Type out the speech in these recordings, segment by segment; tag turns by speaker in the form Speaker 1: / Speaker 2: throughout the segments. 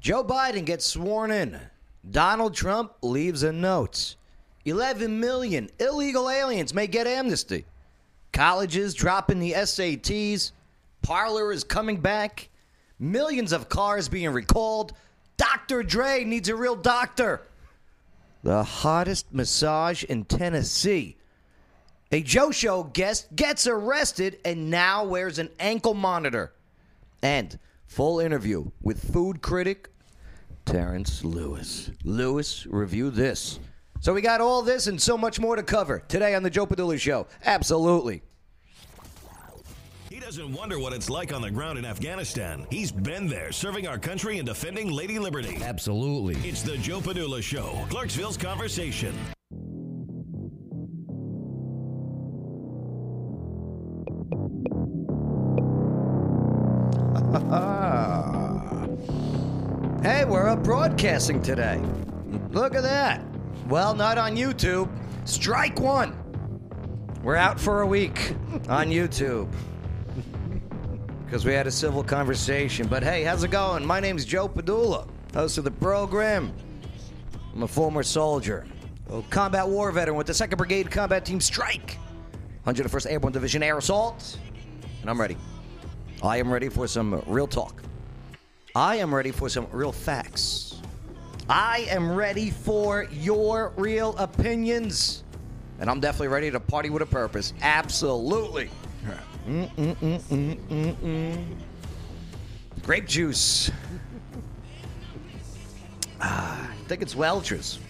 Speaker 1: Joe Biden gets sworn in. Donald Trump leaves a note. 11 million illegal aliens may get amnesty. Colleges dropping the SATs. Parlor is coming back. Millions of cars being recalled. Dr. Dre needs a real doctor. The hottest massage in Tennessee. A Joe Show guest gets arrested and now wears an ankle monitor. And full interview with food critic Terrence Lewis. Lewis, review this. So we got all this and so much more to cover today on the Joe Padula Show. Absolutely.
Speaker 2: He doesn't wonder what it's like on the ground in Afghanistan. He's been there, serving our country and defending Lady Liberty.
Speaker 3: Absolutely.
Speaker 2: It's the Joe Padula Show, Clarksville's conversation.
Speaker 1: Hey, we're up broadcasting today. Look at that. Well, not on YouTube. Strike one. We're out for a week on YouTube because we had a civil conversation. But hey, how's it going? My name's Joe Padula, host of the program. I'm a former soldier, a combat war veteran with the 2nd Brigade Combat Team Strike, 101st Airborne Division Air Assault, and I'm ready. I am ready for some real talk. I am ready for some real facts. I am ready for your real opinions. And I'm definitely ready to party with a purpose. Absolutely. Mm-mm-mm-mm-mm-mm. Grape juice. Ah, I think it's Welch's.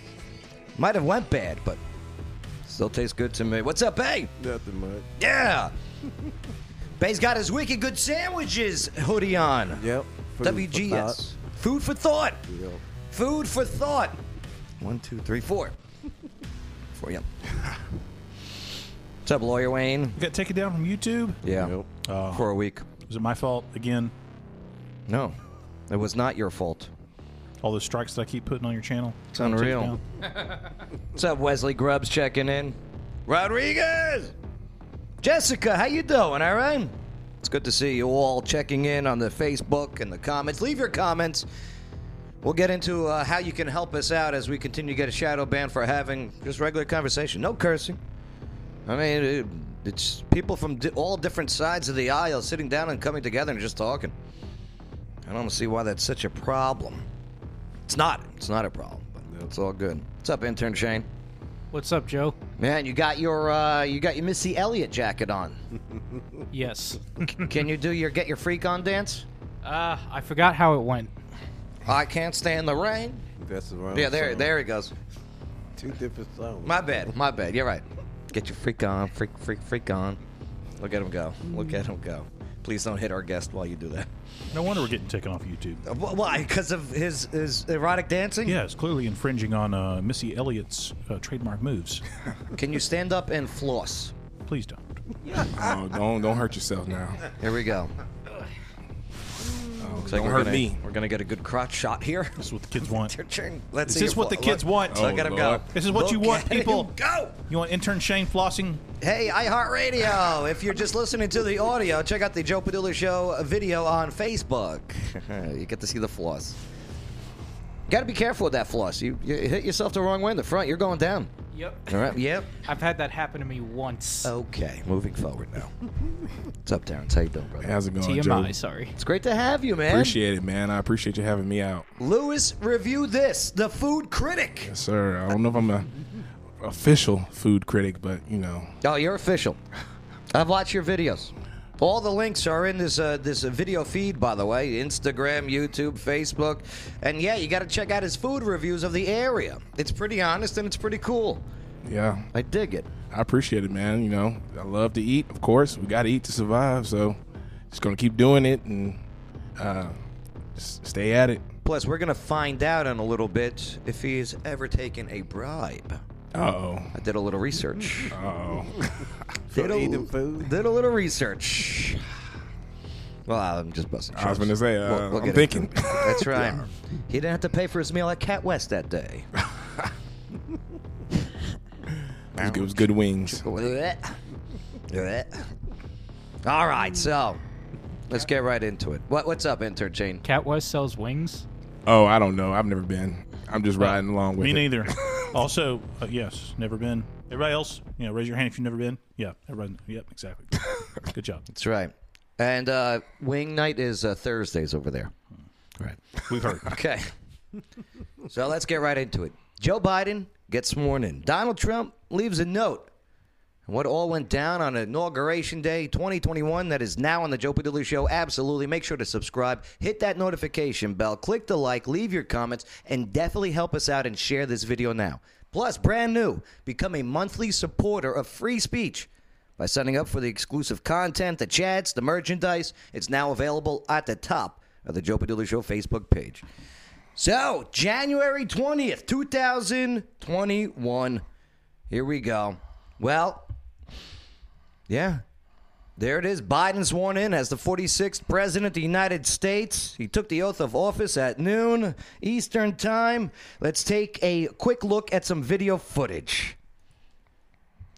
Speaker 1: Might have went bad, but still tastes good to me. What's up, Bay?
Speaker 4: Nothing much.
Speaker 1: Yeah. Bay's got his wicked good sandwiches hoodie on.
Speaker 4: Yep. Food for
Speaker 1: WGS.
Speaker 4: thought.
Speaker 1: Food for thought.
Speaker 4: Yep.
Speaker 1: Food for thought. One, two, three, four. Four, yep. What's up, lawyer Wayne?
Speaker 5: You got taken down from YouTube?
Speaker 1: Yeah.
Speaker 4: Yep.
Speaker 5: Oh.
Speaker 1: For a week.
Speaker 5: Was it my fault again?
Speaker 1: No, it was not your fault.
Speaker 5: All those strikes that I keep putting on your channel.
Speaker 1: It's unreal. What's up, Wesley Grubbs checking in? Rodriguez! Jessica, how you doing? All right? It's good to see you all checking in on the Facebook and the comments. Leave your comments. We'll get into uh, how you can help us out as we continue to get a shadow ban for having just regular conversation. No cursing. I mean, it, it's people from di- all different sides of the aisle sitting down and coming together and just talking. I don't see why that's such a problem. It's not. It's not a problem. But It's all good. What's up, intern Shane?
Speaker 6: What's up, Joe?
Speaker 1: Man, you got your uh, you got your Missy Elliott jacket on.
Speaker 6: Yes.
Speaker 1: Can you do your get your freak on dance?
Speaker 6: Uh, I forgot how it went.
Speaker 1: I can't stand the rain.
Speaker 4: That's the wrong
Speaker 1: Yeah, there
Speaker 4: song.
Speaker 1: there he goes.
Speaker 4: Two different songs.
Speaker 1: My bad, my bad. You're right. Get your freak on, freak, freak, freak on. Look at him go. Look at him go. Please don't hit our guest while you do that.
Speaker 5: No wonder we're getting taken off YouTube.
Speaker 1: Uh, wh- Why? Because of his his erotic dancing?
Speaker 5: Yeah, it's clearly infringing on uh, Missy Elliott's uh, trademark moves.
Speaker 1: Can you stand up and floss?
Speaker 5: Please don't.
Speaker 7: Oh, don't don't hurt yourself now.
Speaker 1: Here we go.
Speaker 5: Oh,
Speaker 1: Looks like
Speaker 7: don't
Speaker 1: we're
Speaker 7: hurt
Speaker 1: gonna-
Speaker 7: me.
Speaker 1: We're gonna get a good crotch shot here.
Speaker 5: This is what the kids want.
Speaker 1: Let's
Speaker 5: Is
Speaker 1: see
Speaker 5: this
Speaker 1: if-
Speaker 5: what the kids
Speaker 1: look-
Speaker 5: want?
Speaker 1: Look
Speaker 7: Oh,
Speaker 1: at him go.
Speaker 7: Lord.
Speaker 5: This is what
Speaker 1: Look
Speaker 5: you want,
Speaker 1: at him
Speaker 5: people.
Speaker 1: Go.
Speaker 5: You want intern Shane flossing?
Speaker 1: Hey, iHeartRadio. If you're just listening to the audio, check out the Joe Padula Show video on Facebook. you get to see the floss. Got to be careful with that floss. You, you hit yourself the wrong way in the front, you're going down.
Speaker 6: Yep.
Speaker 1: All right. Yep.
Speaker 6: I've had that happen to me once.
Speaker 1: Okay. Moving forward now. What's up, Terrence? How you doing, brother?
Speaker 7: How's it going,
Speaker 6: TMI,
Speaker 7: Joe?
Speaker 6: sorry.
Speaker 1: It's great to have you, man.
Speaker 7: Appreciate it, man. I appreciate you having me out.
Speaker 1: Lewis, review this. The food critic.
Speaker 7: Yes, sir. I don't know if I'm a official food critic, but you know,
Speaker 1: Oh, you're official. I've watched your videos. All the links are in this uh, this uh, video feed, by the way. Instagram, YouTube, Facebook, and yeah, you got to check out his food reviews of the area. It's pretty honest and it's pretty cool.
Speaker 7: yeah,
Speaker 1: I dig it.
Speaker 7: I appreciate it, man. You know, I love to eat. Of course, we got to eat to survive. So, just gonna keep doing it and uh, s- stay at it.
Speaker 1: Plus, we're gonna find out in a little bit if he's ever taken a bribe.
Speaker 7: Uh oh.
Speaker 1: I did a little research.
Speaker 7: Uh oh.
Speaker 1: did, a,
Speaker 4: eating food?
Speaker 1: did a little research. Well, I'm just busting.
Speaker 7: I was
Speaker 1: chops.
Speaker 7: gonna say, uh,
Speaker 1: We'll- we'll
Speaker 7: I'm
Speaker 1: get
Speaker 7: thinking.
Speaker 1: into it. That's right. He didn't have to pay for his meal at Cat West that day.
Speaker 7: It was good- it was good wings.
Speaker 1: All right, so let's get right into it. What, what's up, intern Shane?
Speaker 6: Cat West sells wings.
Speaker 7: Oh, I don't know. I've never been. I'm just riding along with
Speaker 5: Me
Speaker 7: it.
Speaker 5: neither. also, uh, yes, never been. Everybody else, you know, raise your hand if you've never been. Yeah, everyone. Yep, exactly. Good job.
Speaker 1: That's right. And uh, wing night is uh, Thursdays over there.
Speaker 5: Hmm. Right. We've heard.
Speaker 1: Okay. so let's get right into it. Joe Biden gets sworn in. Donald Trump leaves a note. And what all went down on Inauguration Day 2021 that is now on the Joe Padula Show, absolutely. Make sure to subscribe, hit that notification bell, click the like, leave your comments, and definitely help us out and share this video now. Plus, brand new, become a monthly supporter of free speech by signing up for the exclusive content, the chats, the merchandise. It's now available at the top of the Joe Padula Show Facebook page. So, January 20th, 2021. Here we go. Well, yeah. There it is. Biden sworn in as the 46th President of the United States. He took the oath of office at noon Eastern Time. Let's take a quick look at some video footage.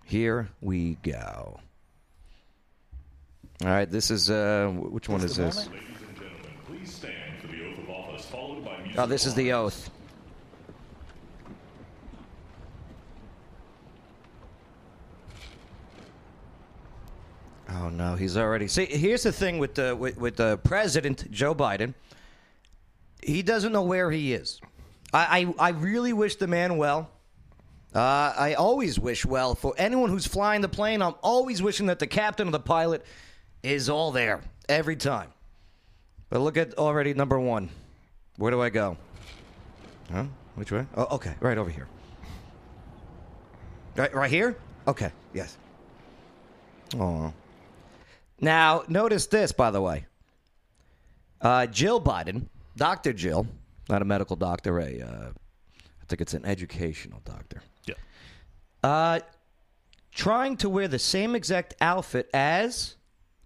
Speaker 1: Here we go. All right, this is, uh, wh- which one is this?
Speaker 3: Ladies and gentlemen, please stand for the oath of office, followed by music.
Speaker 1: Oh, this is the oath. Oh no, he's already. See, here's the thing with the with, with the president Joe Biden. He doesn't know where he is. I I, I really wish the man well. Uh, I always wish well for anyone who's flying the plane. I'm always wishing that the captain or the pilot is all there every time. But look at already number one. Where do I go? Huh? Which way? Oh, okay, right over here. Right, right here. Okay. Yes. Oh. Now notice this, by the way. Uh, Jill Biden, Doctor Jill, not a medical doctor, a uh, I think it's an educational doctor.
Speaker 5: Yeah.
Speaker 1: Uh, trying to wear the same exact outfit as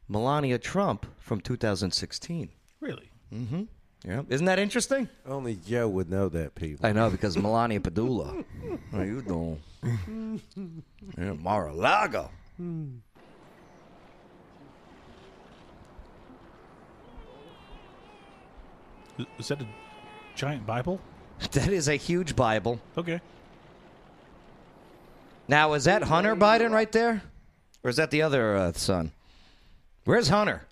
Speaker 1: Melania Trump from 2016.
Speaker 5: Really?
Speaker 1: Mm-hmm. Yeah, isn't that interesting?
Speaker 4: Only Joe would know that, people.
Speaker 1: I know because Melania Padula. How you doing? yeah, Mar-a-Lago.
Speaker 8: Hmm.
Speaker 5: I- Is that a giant Bible?
Speaker 1: That is a huge Bible.
Speaker 5: Okay.
Speaker 1: Now, is that Hunter Biden right there? Or is that the other uh, son? Where's Hunter?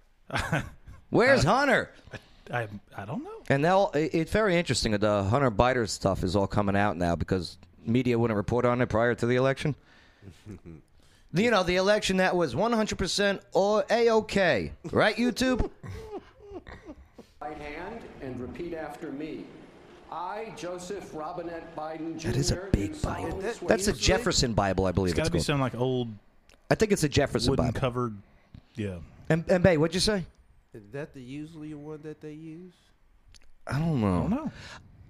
Speaker 1: Where's Hunter?
Speaker 5: I I don't know.
Speaker 1: And they'll, i- it's very interesting. that The Hunter Biden stuff is all coming out now because media wouldn't report on it prior to the election. you know, the election that was 100% all A-OK. Right, YouTube?
Speaker 9: right hand and repeat after me. I, Joseph Robinette Biden Jr.
Speaker 1: That is a big
Speaker 9: do
Speaker 1: Bible.
Speaker 9: solemnly swear-
Speaker 1: That's a Jefferson Bible, I believe
Speaker 5: It's got
Speaker 1: it's
Speaker 5: to be
Speaker 1: called.
Speaker 5: some like old
Speaker 1: I think it's a Jefferson
Speaker 5: wooden
Speaker 1: Bible.
Speaker 5: covered. Yeah.
Speaker 1: and, and Bay, what'd you say?
Speaker 4: Is that the usually one that they use?
Speaker 1: I don't know.
Speaker 5: I don't know.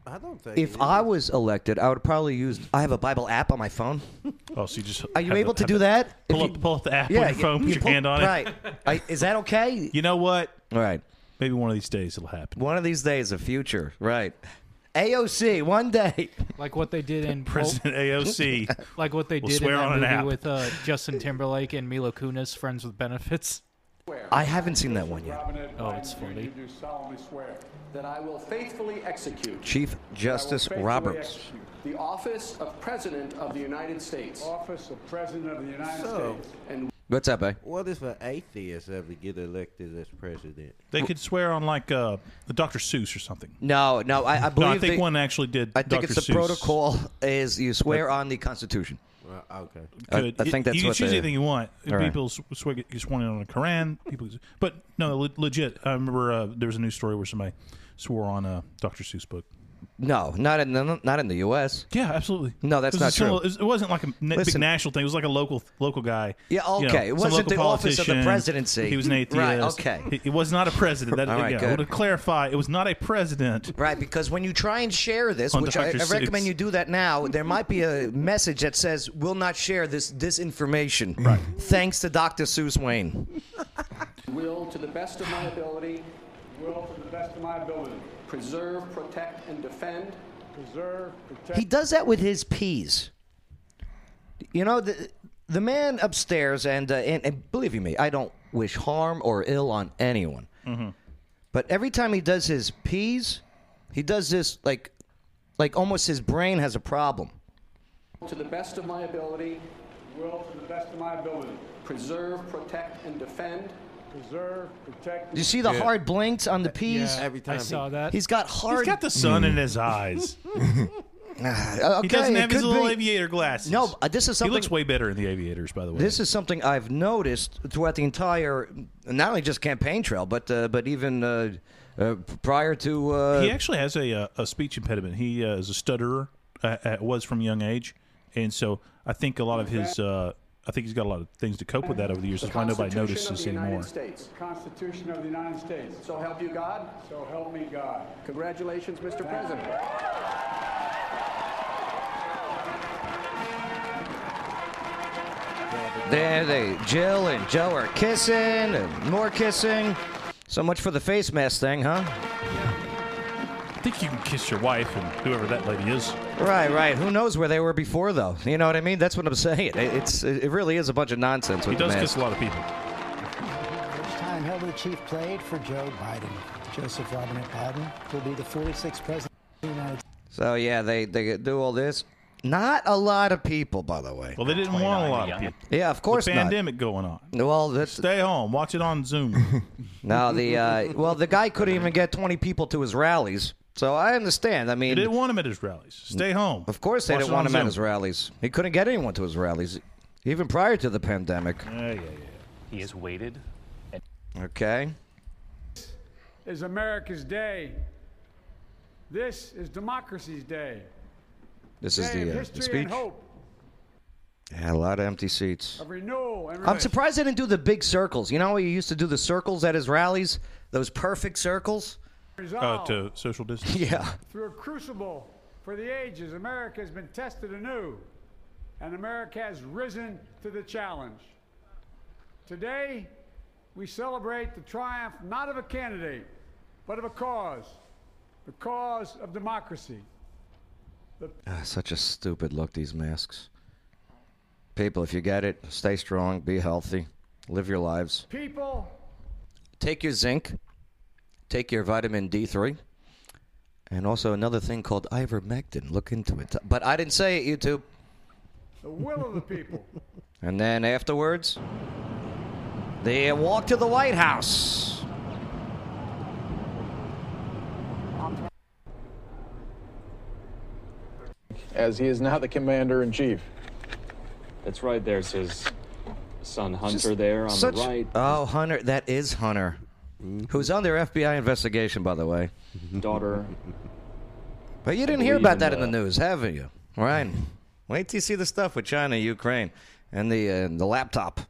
Speaker 4: I don't think. it
Speaker 1: If
Speaker 4: is.
Speaker 1: I was elected, I would probably use. I have a Bible app on my phone.
Speaker 5: Oh, so you just
Speaker 1: Are you
Speaker 5: have
Speaker 1: able
Speaker 5: the-
Speaker 1: to
Speaker 5: have
Speaker 1: do
Speaker 5: the-
Speaker 1: that?
Speaker 5: Pull
Speaker 1: If
Speaker 5: up,
Speaker 1: you-
Speaker 5: pull up the app on your phone, put your hand on
Speaker 1: right.
Speaker 5: it.
Speaker 1: I, is that okay?
Speaker 5: You know what?
Speaker 1: All right.
Speaker 5: Maybe one of these days it'll happen.
Speaker 1: One of these days, a future. Right. AOC, one day.
Speaker 6: Like what they did in
Speaker 1: Oh.
Speaker 5: President AOC.
Speaker 6: like what they
Speaker 5: We'll
Speaker 6: did
Speaker 5: swear
Speaker 6: in that
Speaker 5: on an
Speaker 6: movie
Speaker 5: app.
Speaker 6: with uh, Justin Timberlake and Milo Kunis, Friends with Benefits.
Speaker 1: I haven't seen that one yet.
Speaker 9: Robinette
Speaker 6: Oh,
Speaker 9: Biden
Speaker 6: it's
Speaker 9: Jr.
Speaker 6: funny.
Speaker 9: do solemnly swear that I will faithfully execute.
Speaker 1: Chief Justice
Speaker 9: I will faithfully
Speaker 1: Roberts.
Speaker 9: execute The office of President of the United States.
Speaker 3: Office of President of the United
Speaker 4: So,
Speaker 3: States.
Speaker 9: And
Speaker 1: What's up, eh?
Speaker 4: what if an atheist ever get elected as president?
Speaker 5: They could swear on like uh, the Dr. Seuss or something.
Speaker 1: No, no. I, I believe
Speaker 5: No, I think
Speaker 1: they-
Speaker 5: one actually did.
Speaker 1: I think
Speaker 5: Dr.
Speaker 1: it's the
Speaker 5: Seuss.
Speaker 1: protocol is you swear on the Constitution.
Speaker 4: Well, okay.
Speaker 1: I-
Speaker 5: Could-
Speaker 1: I think
Speaker 5: you-
Speaker 1: that's
Speaker 5: you can
Speaker 1: what
Speaker 5: choose
Speaker 1: they-
Speaker 5: anything you want.
Speaker 1: All right.
Speaker 5: People sw- swear get sworn in on the Koran. People, but no, le- legit. I remember uh, there was a news story where somebody swore on a Dr. Seuss book.
Speaker 1: No, not in the, not in the U.S.
Speaker 5: Yeah, absolutely.
Speaker 1: No, that's
Speaker 5: It was a
Speaker 1: not true.
Speaker 5: similar- it was- It wasn't like a na- big
Speaker 1: Listen.
Speaker 5: national thing. It was like a local local guy.
Speaker 1: Yeah,
Speaker 5: you know,
Speaker 1: okay. It
Speaker 5: some
Speaker 1: wasn't
Speaker 5: local
Speaker 1: the office of the
Speaker 5: politician.
Speaker 1: presidency.
Speaker 5: He was an atheist.
Speaker 1: Right, okay.
Speaker 5: He, he was not a president. That,
Speaker 1: All right,
Speaker 5: yeah,
Speaker 1: good.
Speaker 5: To clarify, it was not a president.
Speaker 1: Right, because when you try and share this,
Speaker 5: On
Speaker 1: which I,
Speaker 5: Dr.
Speaker 1: I recommend
Speaker 5: Seuss.
Speaker 1: you do that now, there might be a message that says, "Will not share this this information." Right. Thanks to Dr. Seuss Wayne.
Speaker 9: will, to the best of my ability,
Speaker 3: Will, to the best of my ability,
Speaker 9: preserve, protect, and defend
Speaker 3: preserve, protect.
Speaker 1: He does that with his peas. You know the the man upstairs, and uh, and, and believe you me, I don't wish
Speaker 5: Mm-hmm.
Speaker 1: harm or ill on anyone. But every time he does his peas, He does this like, like almost his brain has a problem.
Speaker 9: to the best of my ability,
Speaker 10: Will to the best of my ability.
Speaker 9: preserve, protect, and defend
Speaker 10: Preserve, protect.
Speaker 1: Do you see the
Speaker 7: Yeah.
Speaker 1: hard blinks on the P's?
Speaker 4: Every time
Speaker 6: I
Speaker 4: he-
Speaker 6: saw that.
Speaker 1: He's got hard.
Speaker 5: He's got the sun in his eyes.
Speaker 1: Uh,
Speaker 5: He
Speaker 1: okay,
Speaker 5: doesn't
Speaker 1: it
Speaker 5: have his
Speaker 1: could
Speaker 5: little
Speaker 1: be.
Speaker 5: aviator glasses.
Speaker 1: No, uh, this is
Speaker 5: he
Speaker 1: something.
Speaker 5: looks way better in the aviators, by the way.
Speaker 1: This is something I've noticed throughout the entire, not only just campaign trail, but uh, but even uh, uh, prior to. Uh,
Speaker 5: he actually has a uh, a speech impediment. He uh, is a stutterer. Uh, uh, was from a young age, and so I think a lot of his. Uh, I think he's got a lot of things to cope with that over the years.
Speaker 9: the
Speaker 5: That's why nobody
Speaker 9: Constitution of
Speaker 5: notices
Speaker 9: the United
Speaker 5: anymore.
Speaker 9: States.
Speaker 10: Constitution of the United States.
Speaker 9: So help you God.
Speaker 10: So help me God.
Speaker 9: Congratulations, Mr. President.
Speaker 1: There they, Jill and Joe are kissing and more kissing. So much for the face mask thing, huh?
Speaker 5: I think you can kiss your wife and whoever that lady is.
Speaker 1: Right, right. Who knows where they were before, though? You know what I mean? That's what I'm saying. It, it's it really is a bunch of nonsense
Speaker 5: He
Speaker 1: with the
Speaker 5: does
Speaker 1: mask.
Speaker 5: kiss a lot of people.
Speaker 8: First time Hillary chief played for Joe Biden. Joseph Robinette Biden will be the 46th president of the United States.
Speaker 1: So yeah, they they do all this. Not a lot of people, by the way.
Speaker 5: Well, they didn't want a lot of people.
Speaker 1: Yeah, of course
Speaker 5: the
Speaker 1: not.
Speaker 5: pandemic going on.
Speaker 1: Well, that's
Speaker 5: Stay home. Watch it on Zoom.
Speaker 1: no the uh, well the guy couldn't even get 20 people to his rallies. So I understand. I
Speaker 5: they
Speaker 1: mean,
Speaker 5: didn't want him at his rallies. Stay home.
Speaker 1: of course they
Speaker 5: Watch
Speaker 1: didn't
Speaker 5: it on
Speaker 1: want him at
Speaker 5: Zoom.
Speaker 1: his rallies. He couldn't get anyone to his rallies, even prior to the pandemic.
Speaker 5: Yeah, yeah, yeah.
Speaker 11: He has waited.
Speaker 1: Okay.
Speaker 10: Is America's day. This is democracy's day.
Speaker 1: This is
Speaker 10: Day of
Speaker 1: the, uh, the
Speaker 10: history
Speaker 1: speech.
Speaker 10: and hope,
Speaker 1: Yeah, a lot of empty seats.
Speaker 10: of renewal and
Speaker 1: I'm
Speaker 10: release.
Speaker 1: surprised they didn't do the big circles. You know how he used to do the circles at his rallies? Those perfect circles?
Speaker 5: Oh,
Speaker 1: uh,
Speaker 10: Resolve.
Speaker 5: to social distance.
Speaker 1: Yeah.
Speaker 10: Through a crucible for the ages, America has been tested anew, and America has risen to the challenge. Today, we celebrate the triumph not of a candidate, but of a cause the cause of democracy.
Speaker 1: Ah, such a stupid look, these masks. People, if you get it, stay strong, be healthy, live your lives.
Speaker 10: People,
Speaker 1: Take your zinc, take your vitamin D3, and also another thing called ivermectin. Look into it. But I didn't say it, YouTube.
Speaker 10: the will of the people.
Speaker 1: And then afterwards, they walk to the White House.
Speaker 12: as he is now the commander in chief.
Speaker 11: That's right. There's his son Hunter there on
Speaker 1: Such-
Speaker 11: the right. Mm-hmm.
Speaker 1: Oh, Hunter. That is Hunter. Who's under FBI investigation, by the way.
Speaker 11: Daughter.
Speaker 1: But you didn't hear
Speaker 11: believe
Speaker 1: about
Speaker 11: in
Speaker 1: that in the
Speaker 11: the-
Speaker 1: news, haven't you? Right. Wait till you see the stuff with China, Ukraine, and the uh, the laptop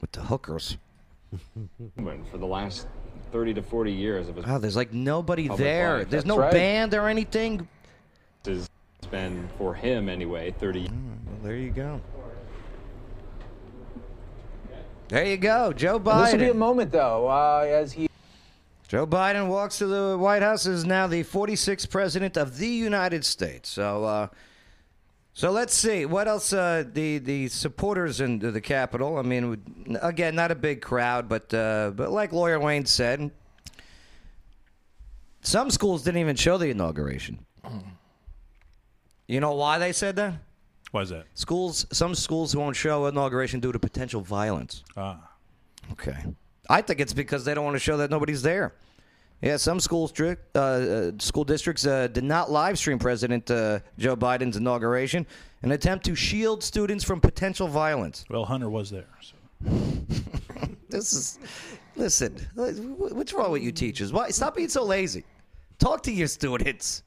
Speaker 1: with the hookers.
Speaker 11: woman For the last 30 to 40 years of his
Speaker 1: Wow, Ah, there's like nobody
Speaker 11: Public
Speaker 1: there.
Speaker 11: life,
Speaker 1: There's
Speaker 11: that's
Speaker 1: no
Speaker 11: right.
Speaker 1: band or anything.
Speaker 11: has been for him anyway 30
Speaker 1: Well, there you go. There you go, Joe
Speaker 12: This will be a
Speaker 1: Biden.
Speaker 12: moment, though, uh, as he
Speaker 1: Joe Biden walks to the White House is now the 46th president of the United States. So, uh, so let's see what else uh, the the supporters in the Capitol. I mean, again, not a big crowd, but uh, but like lawyer Wayne said, some schools didn't even show the inauguration. You know why they said that?
Speaker 5: Why is that?
Speaker 1: Schools, some schools won't show inauguration due to potential violence.
Speaker 5: Ah.
Speaker 1: Okay. I think it's because they don't want to show that nobody's there. Yeah, some school strict, uh, uh, school districts uh, did not live stream President uh, Joe Biden's inauguration, an attempt to shield students from potential violence.
Speaker 5: Well, Hunter was there. So.
Speaker 1: This is, listen, wh- what's wrong with you teachers? Why stop being so lazy? Talk to your students.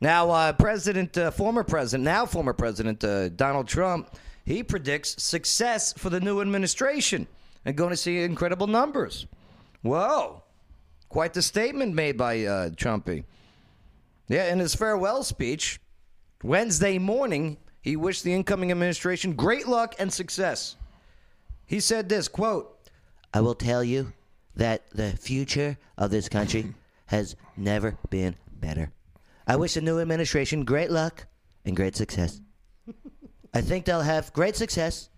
Speaker 1: Now, uh, President, uh, former President, now former President uh, Donald Trump, he predicts success for the new administration and going to see incredible numbers. Whoa, quite the statement made by uh, Trumpy. Yeah, in his farewell speech Wednesday morning, he wished the incoming administration great luck and success. He said this quote, I will tell you that the future of this country has never been better. I wish the new administration great luck and great success. I think they'll have great success.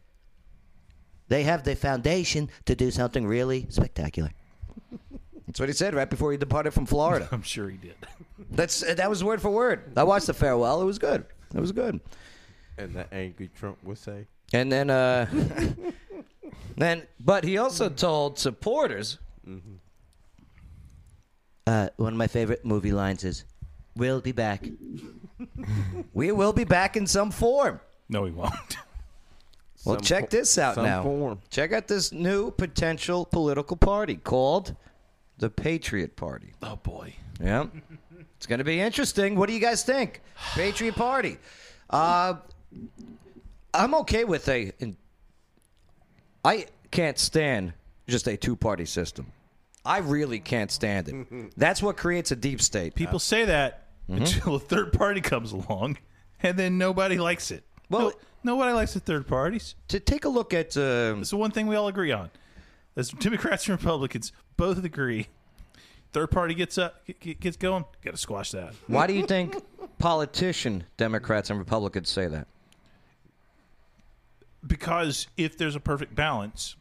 Speaker 1: They have the foundation to do something really spectacular. That's what he said right before he departed from Florida.
Speaker 5: I'm sure he did.
Speaker 1: That's uh, that was word for word. I watched the farewell. It was good. It was good.
Speaker 4: And the angry Trump would say,
Speaker 1: And then, uh, then, but he also told supporters.
Speaker 4: mm-hmm.
Speaker 1: Uh, one of my favorite movie lines is, "We'll be back. we will be back in some form."
Speaker 5: No, he won't.
Speaker 1: Well,
Speaker 4: Some
Speaker 1: check
Speaker 4: fo-
Speaker 1: this out
Speaker 4: some
Speaker 1: now.
Speaker 4: form.
Speaker 1: Check out this new potential political party called the Patriot Party.
Speaker 5: Oh boy.
Speaker 1: Yeah. It's going to be interesting. What do you guys think? Patriot Party. Uh, I'm okay with a. In, I can't stand just a two party system. I really can't stand it. That's what creates a deep state. Mm-hmm.
Speaker 5: People say that until a third party comes along, and then nobody likes it. Well, nobody likes the third parties.
Speaker 1: To take a look at, uh,
Speaker 5: it's the one thing we all agree on. As Democrats and Republicans both agree, third party gets up, g- g- gets going. Got to squash that.
Speaker 1: Why do you think politician Democrats and Republicans say that?
Speaker 5: because if there's a perfect balance,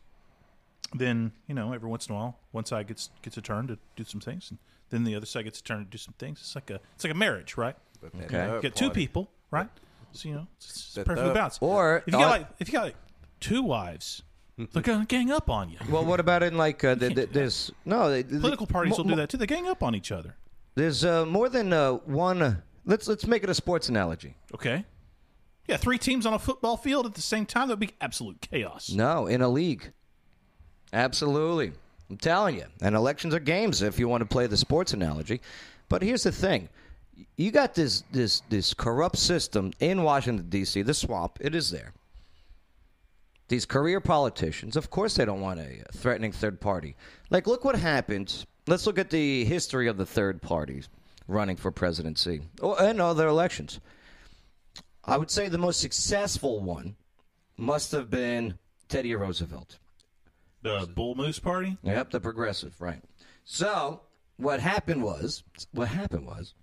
Speaker 5: then you know every once in a while, one side gets gets a turn to do some things, and then the other side gets a turn to do some things. It's like a it's like a marriage, right?
Speaker 4: But
Speaker 5: You
Speaker 4: that
Speaker 5: know, you
Speaker 4: third
Speaker 5: get two
Speaker 4: party-
Speaker 5: people, right? So you know it's, it's
Speaker 4: That
Speaker 5: perfectly
Speaker 4: third-
Speaker 5: balanced.
Speaker 1: Or-
Speaker 5: if you got
Speaker 1: or-
Speaker 5: like if you got like two wives, they're gonna gang up on you.
Speaker 1: Well, what about in like uh, the, the, this? No, they, they-
Speaker 5: Political parties
Speaker 1: mo-
Speaker 5: will do
Speaker 1: mo-
Speaker 5: that too. They gang up on each other.
Speaker 1: There's uh, more than uh, one. Uh, let's let's make it a sports analogy.
Speaker 5: Okay. Yeah, three teams on a football field at the same time that would be absolute chaos.
Speaker 1: No, in a league. Absolutely. I'm telling you. And elections are games if you want to play the sports analogy. But here's the thing. You got this this this corrupt system in Washington D.C. The swamp, it is there. These career politicians, of course they don't want a threatening third party. Like look what happened. Let's look at the history of the third parties running for presidency or and other elections. I would say the most successful one must have been Teddy Roosevelt.
Speaker 5: The Bull Moose Party.
Speaker 1: Yep, the progressive, right. So what happened was, what happened was,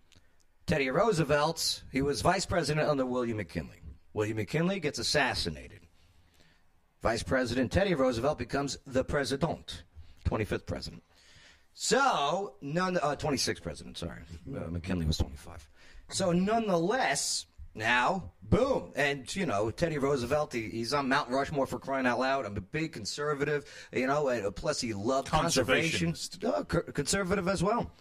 Speaker 1: Teddy Roosevelt, he was vice president under William McKinley. William McKinley gets assassinated. Vice President Teddy Roosevelt becomes the president, 25th president. So, none, uh, 26th president, sorry. Uh, McKinley was 25. So, nonetheless, now, boom. And, you know, Teddy Roosevelt, he, he's on Mount Rushmore for crying out loud. I'm a big conservative, you know, and uh, plus he loved conservation. Uh, co- conservative as well.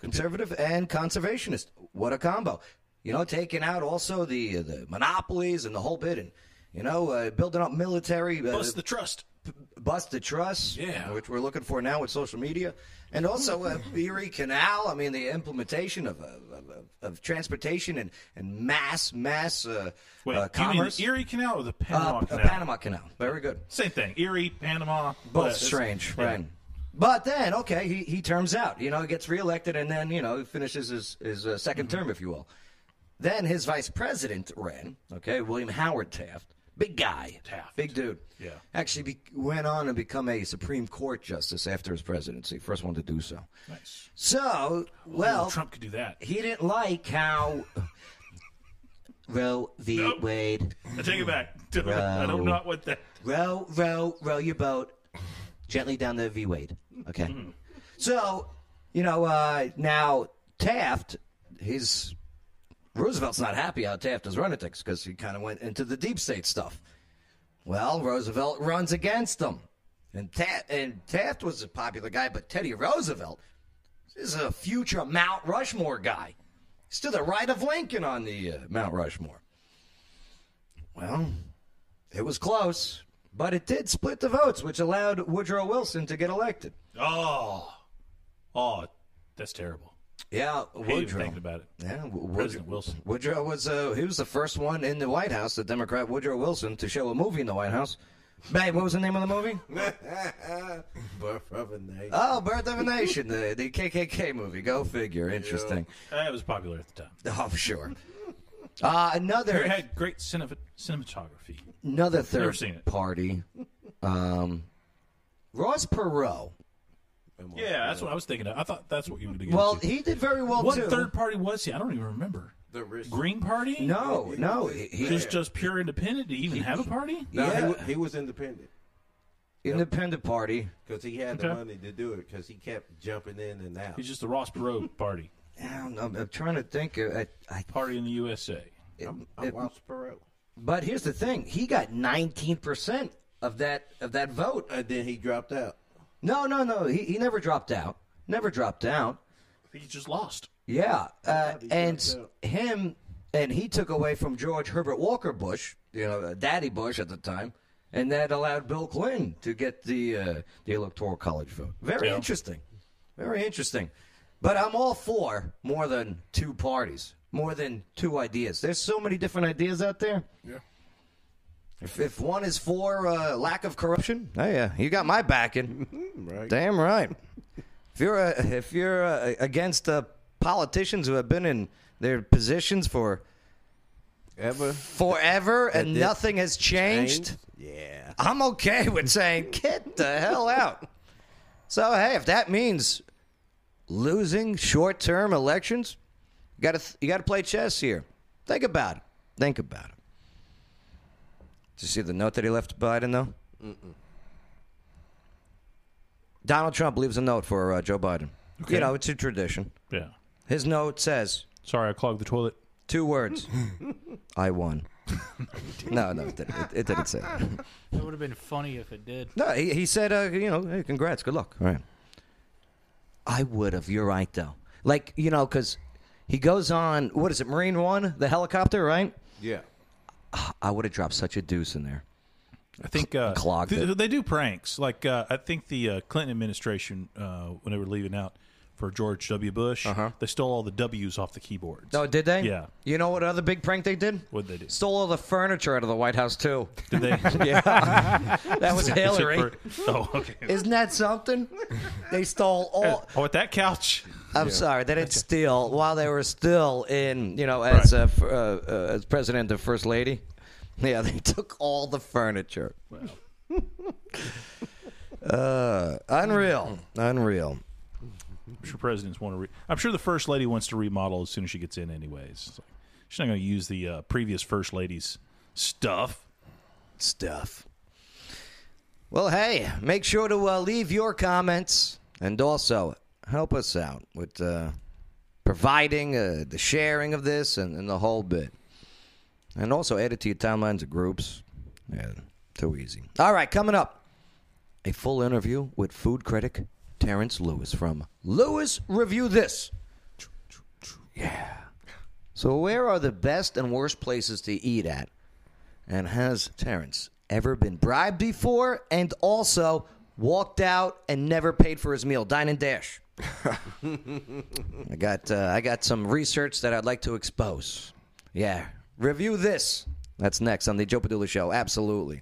Speaker 1: Conservative and conservationist. What a combo. You know, taking out also the, the monopolies and the whole bit and, you know, uh, building up military. Uh,
Speaker 5: Bust the trust.
Speaker 1: bust the trust, yeah. which we're looking for now with social media, and also uh, Erie Canal. I mean, the implementation of uh, of, of, of transportation and, and mass mass uh,
Speaker 5: Wait,
Speaker 1: uh,
Speaker 5: you mean
Speaker 1: commerce.
Speaker 5: the Erie Canal or the
Speaker 1: Uh,
Speaker 5: Panama
Speaker 1: uh,
Speaker 5: Canal?
Speaker 1: Panama Canal. Very good.
Speaker 5: Same thing. Erie, Panama.
Speaker 1: Both
Speaker 5: West.
Speaker 1: strange,
Speaker 5: Yeah.
Speaker 1: right? But then, okay, he, he terms out. You know, he gets reelected, and then you know he finishes his his uh, 2nd
Speaker 5: Mm-hmm.
Speaker 1: term, if you will. Then his vice president ran. Okay, William Howard Taft, big guy, Taft. big dude. Yeah, actually be- went on and become a Supreme Court justice after his presidency, first one to do so. Nice. So, well,
Speaker 5: Trump could do that.
Speaker 1: He didn't like how Roe v. Wade.
Speaker 5: I take it back. I
Speaker 1: Row.
Speaker 5: don't not want that.
Speaker 1: Row, row, row your boat gently down the V Wade. Okay. So, you know, uh, now Taft, his Roosevelt's not happy how Taft is running things because he kind of went into the deep state stuff. Well, Roosevelt runs against him, and Taft, and Taft was a popular guy, but Teddy Roosevelt is a future Mount Rushmore guy. He's to the right of Lincoln on the uh, Mount Rushmore. Well, it was close, but it did split the votes, which allowed Woodrow Wilson to get elected.
Speaker 5: Oh, oh, that's terrible.
Speaker 1: Yeah,
Speaker 5: Hate even
Speaker 1: Woodrow.
Speaker 5: thinking about it.
Speaker 1: Yeah, Wo- Woodrow.
Speaker 5: President Wilson.
Speaker 1: Woodrow was uh, he was the first one in the White House, the Democrat Woodrow Wilson, to show a movie in the White House. Babe, what was the name of the movie?
Speaker 4: Birth of a Nation.
Speaker 1: Oh, Birth of a Nation, the, the KKK movie. Go figure. Interesting.
Speaker 5: That Uh, was popular at the time.
Speaker 1: Oh, for sure. Uh, another
Speaker 5: It had great cinema- cinematography.
Speaker 1: another
Speaker 5: Never
Speaker 1: third
Speaker 5: seen it.
Speaker 1: party. Um, Ross Perot.
Speaker 5: Yeah, that's what I was thinking of. I thought that's what you were going
Speaker 1: Well, he did very well
Speaker 5: What
Speaker 1: too.
Speaker 5: third party was he? I don't even remember.
Speaker 4: The rich.
Speaker 5: Green Party?
Speaker 1: No, no, he- he-
Speaker 5: just just pure independent. Did he even have a party?
Speaker 4: No,
Speaker 1: Yeah.
Speaker 4: he, wa- he was independent.
Speaker 1: Independent Party.
Speaker 4: Because he had the
Speaker 1: Okay.
Speaker 4: money to do it because he kept jumping in and out.
Speaker 1: He's just
Speaker 13: the Ross Perot party.
Speaker 1: I don't know. I'm trying to think. uh, I, I,
Speaker 13: Party in the USA.
Speaker 1: I'm, Ross Perot. But here's the thing: he got 19 percent of that of that vote, and then he dropped out. No, no, no. He, he never dropped out. Never dropped out.
Speaker 13: He just lost.
Speaker 1: Yeah, uh, and s- him and he took away from George Herbert Walker Bush, you know, uh, Daddy Bush at the time, and that allowed Bill Clinton to get the uh, the Electoral College vote. Very
Speaker 14: Yeah.
Speaker 1: interesting, very interesting. But I'm all for more than two parties, more than two ideas. There's so many different ideas out there.
Speaker 7: Yeah.
Speaker 1: If, if one is for uh, lack of corruption, hey, Oh, yeah, you got my backing.
Speaker 4: Mm-hmm.
Speaker 7: right.
Speaker 1: Damn right. If you're uh, if you're uh, against uh, politicians who have been in their positions for
Speaker 4: ever
Speaker 1: forever
Speaker 4: That
Speaker 1: and
Speaker 4: did-
Speaker 1: nothing has changed,
Speaker 4: Yeah.
Speaker 1: I'm okay with saying get the hell out. So hey, if that means losing short-term elections, you got to you got to play chess here. Think about it. Think about it. Did you see the note that he left to Biden though?
Speaker 4: Mm-mm.
Speaker 1: Donald Trump leaves a note for uh, Joe Biden.
Speaker 5: Okay.
Speaker 1: You know, it's a tradition.
Speaker 5: Yeah.
Speaker 1: His note says,
Speaker 5: "Sorry, I clogged the toilet."
Speaker 1: Two words. I won. no, no, it didn't. It, it didn't say. That.
Speaker 6: That would have been funny if it did.
Speaker 1: No, he, he said, uh, you know, hey, congrats, good luck. All right. I would have. You're right, though. Like, you know, because he goes on, what is it, Marine One, the helicopter, right?
Speaker 4: Yeah.
Speaker 1: I would have dropped such a deuce in there.
Speaker 5: I think uh,
Speaker 1: clogged
Speaker 5: th-
Speaker 1: it.
Speaker 5: They do pranks. Like uh, I think the uh, Clinton administration, uh, when they were leaving out for George W. Bush, they stole all the W's off the keyboards.
Speaker 1: Uh-huh. Oh, did they?
Speaker 5: Yeah.
Speaker 1: You know what other big prank they did?
Speaker 5: What they do?
Speaker 1: Stole all the furniture out of the White House too.
Speaker 5: Did they?
Speaker 1: yeah. that was
Speaker 5: Except for-
Speaker 1: Hillary.
Speaker 5: oh, okay.
Speaker 1: Isn't that something? They stole all.
Speaker 5: Oh, with that couch.
Speaker 1: I'm
Speaker 5: Yeah.
Speaker 1: sorry. They didn't steal while they were still in, you know, as uh, f- uh, uh, as president and first lady. Yeah, they took all the furniture. uh, unreal, unreal.
Speaker 5: I'm sure presidents want to. Re- I'm sure the first lady wants to remodel as soon as she gets in. Anyways, It's like, she's not going to use the uh, previous first lady's stuff.
Speaker 1: Stuff. Well, hey, make sure to uh, leave your comments and also help us out with uh, providing uh, the sharing of this and, and the whole bit. And also add it to your timelines of groups. Yeah, too easy. All right, coming up, a full interview with food critic Terrence Lewis from Lewis Review This. So, where are the best and worst places to eat at? And has Terrence ever been bribed before and also walked out and never paid for his meal? Dine and dash. I got uh, I got some research that I'd like to expose. Yeah, review this. That's next on the Joe Padula Show. Absolutely.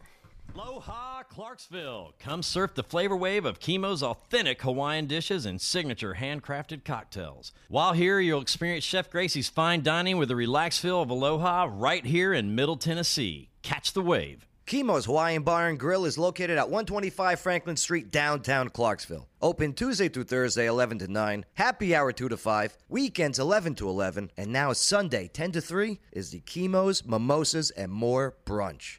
Speaker 15: Aloha, Clarksville. Come surf the flavor wave of Chemo's authentic Hawaiian dishes and signature handcrafted cocktails. While here, you'll experience Chef Gracie's fine dining with a relaxed feel of Aloha right here in Middle Tennessee. Catch the wave.
Speaker 1: Chemo's Hawaiian Bar and Grill is located at 125 Franklin Street, downtown Clarksville. Open Tuesday through Thursday, 11 to 9, happy hour 2 to 5, weekends 11 to 11, and now Sunday, 10 to 3, is the Chemo's Mimosas and More Brunch.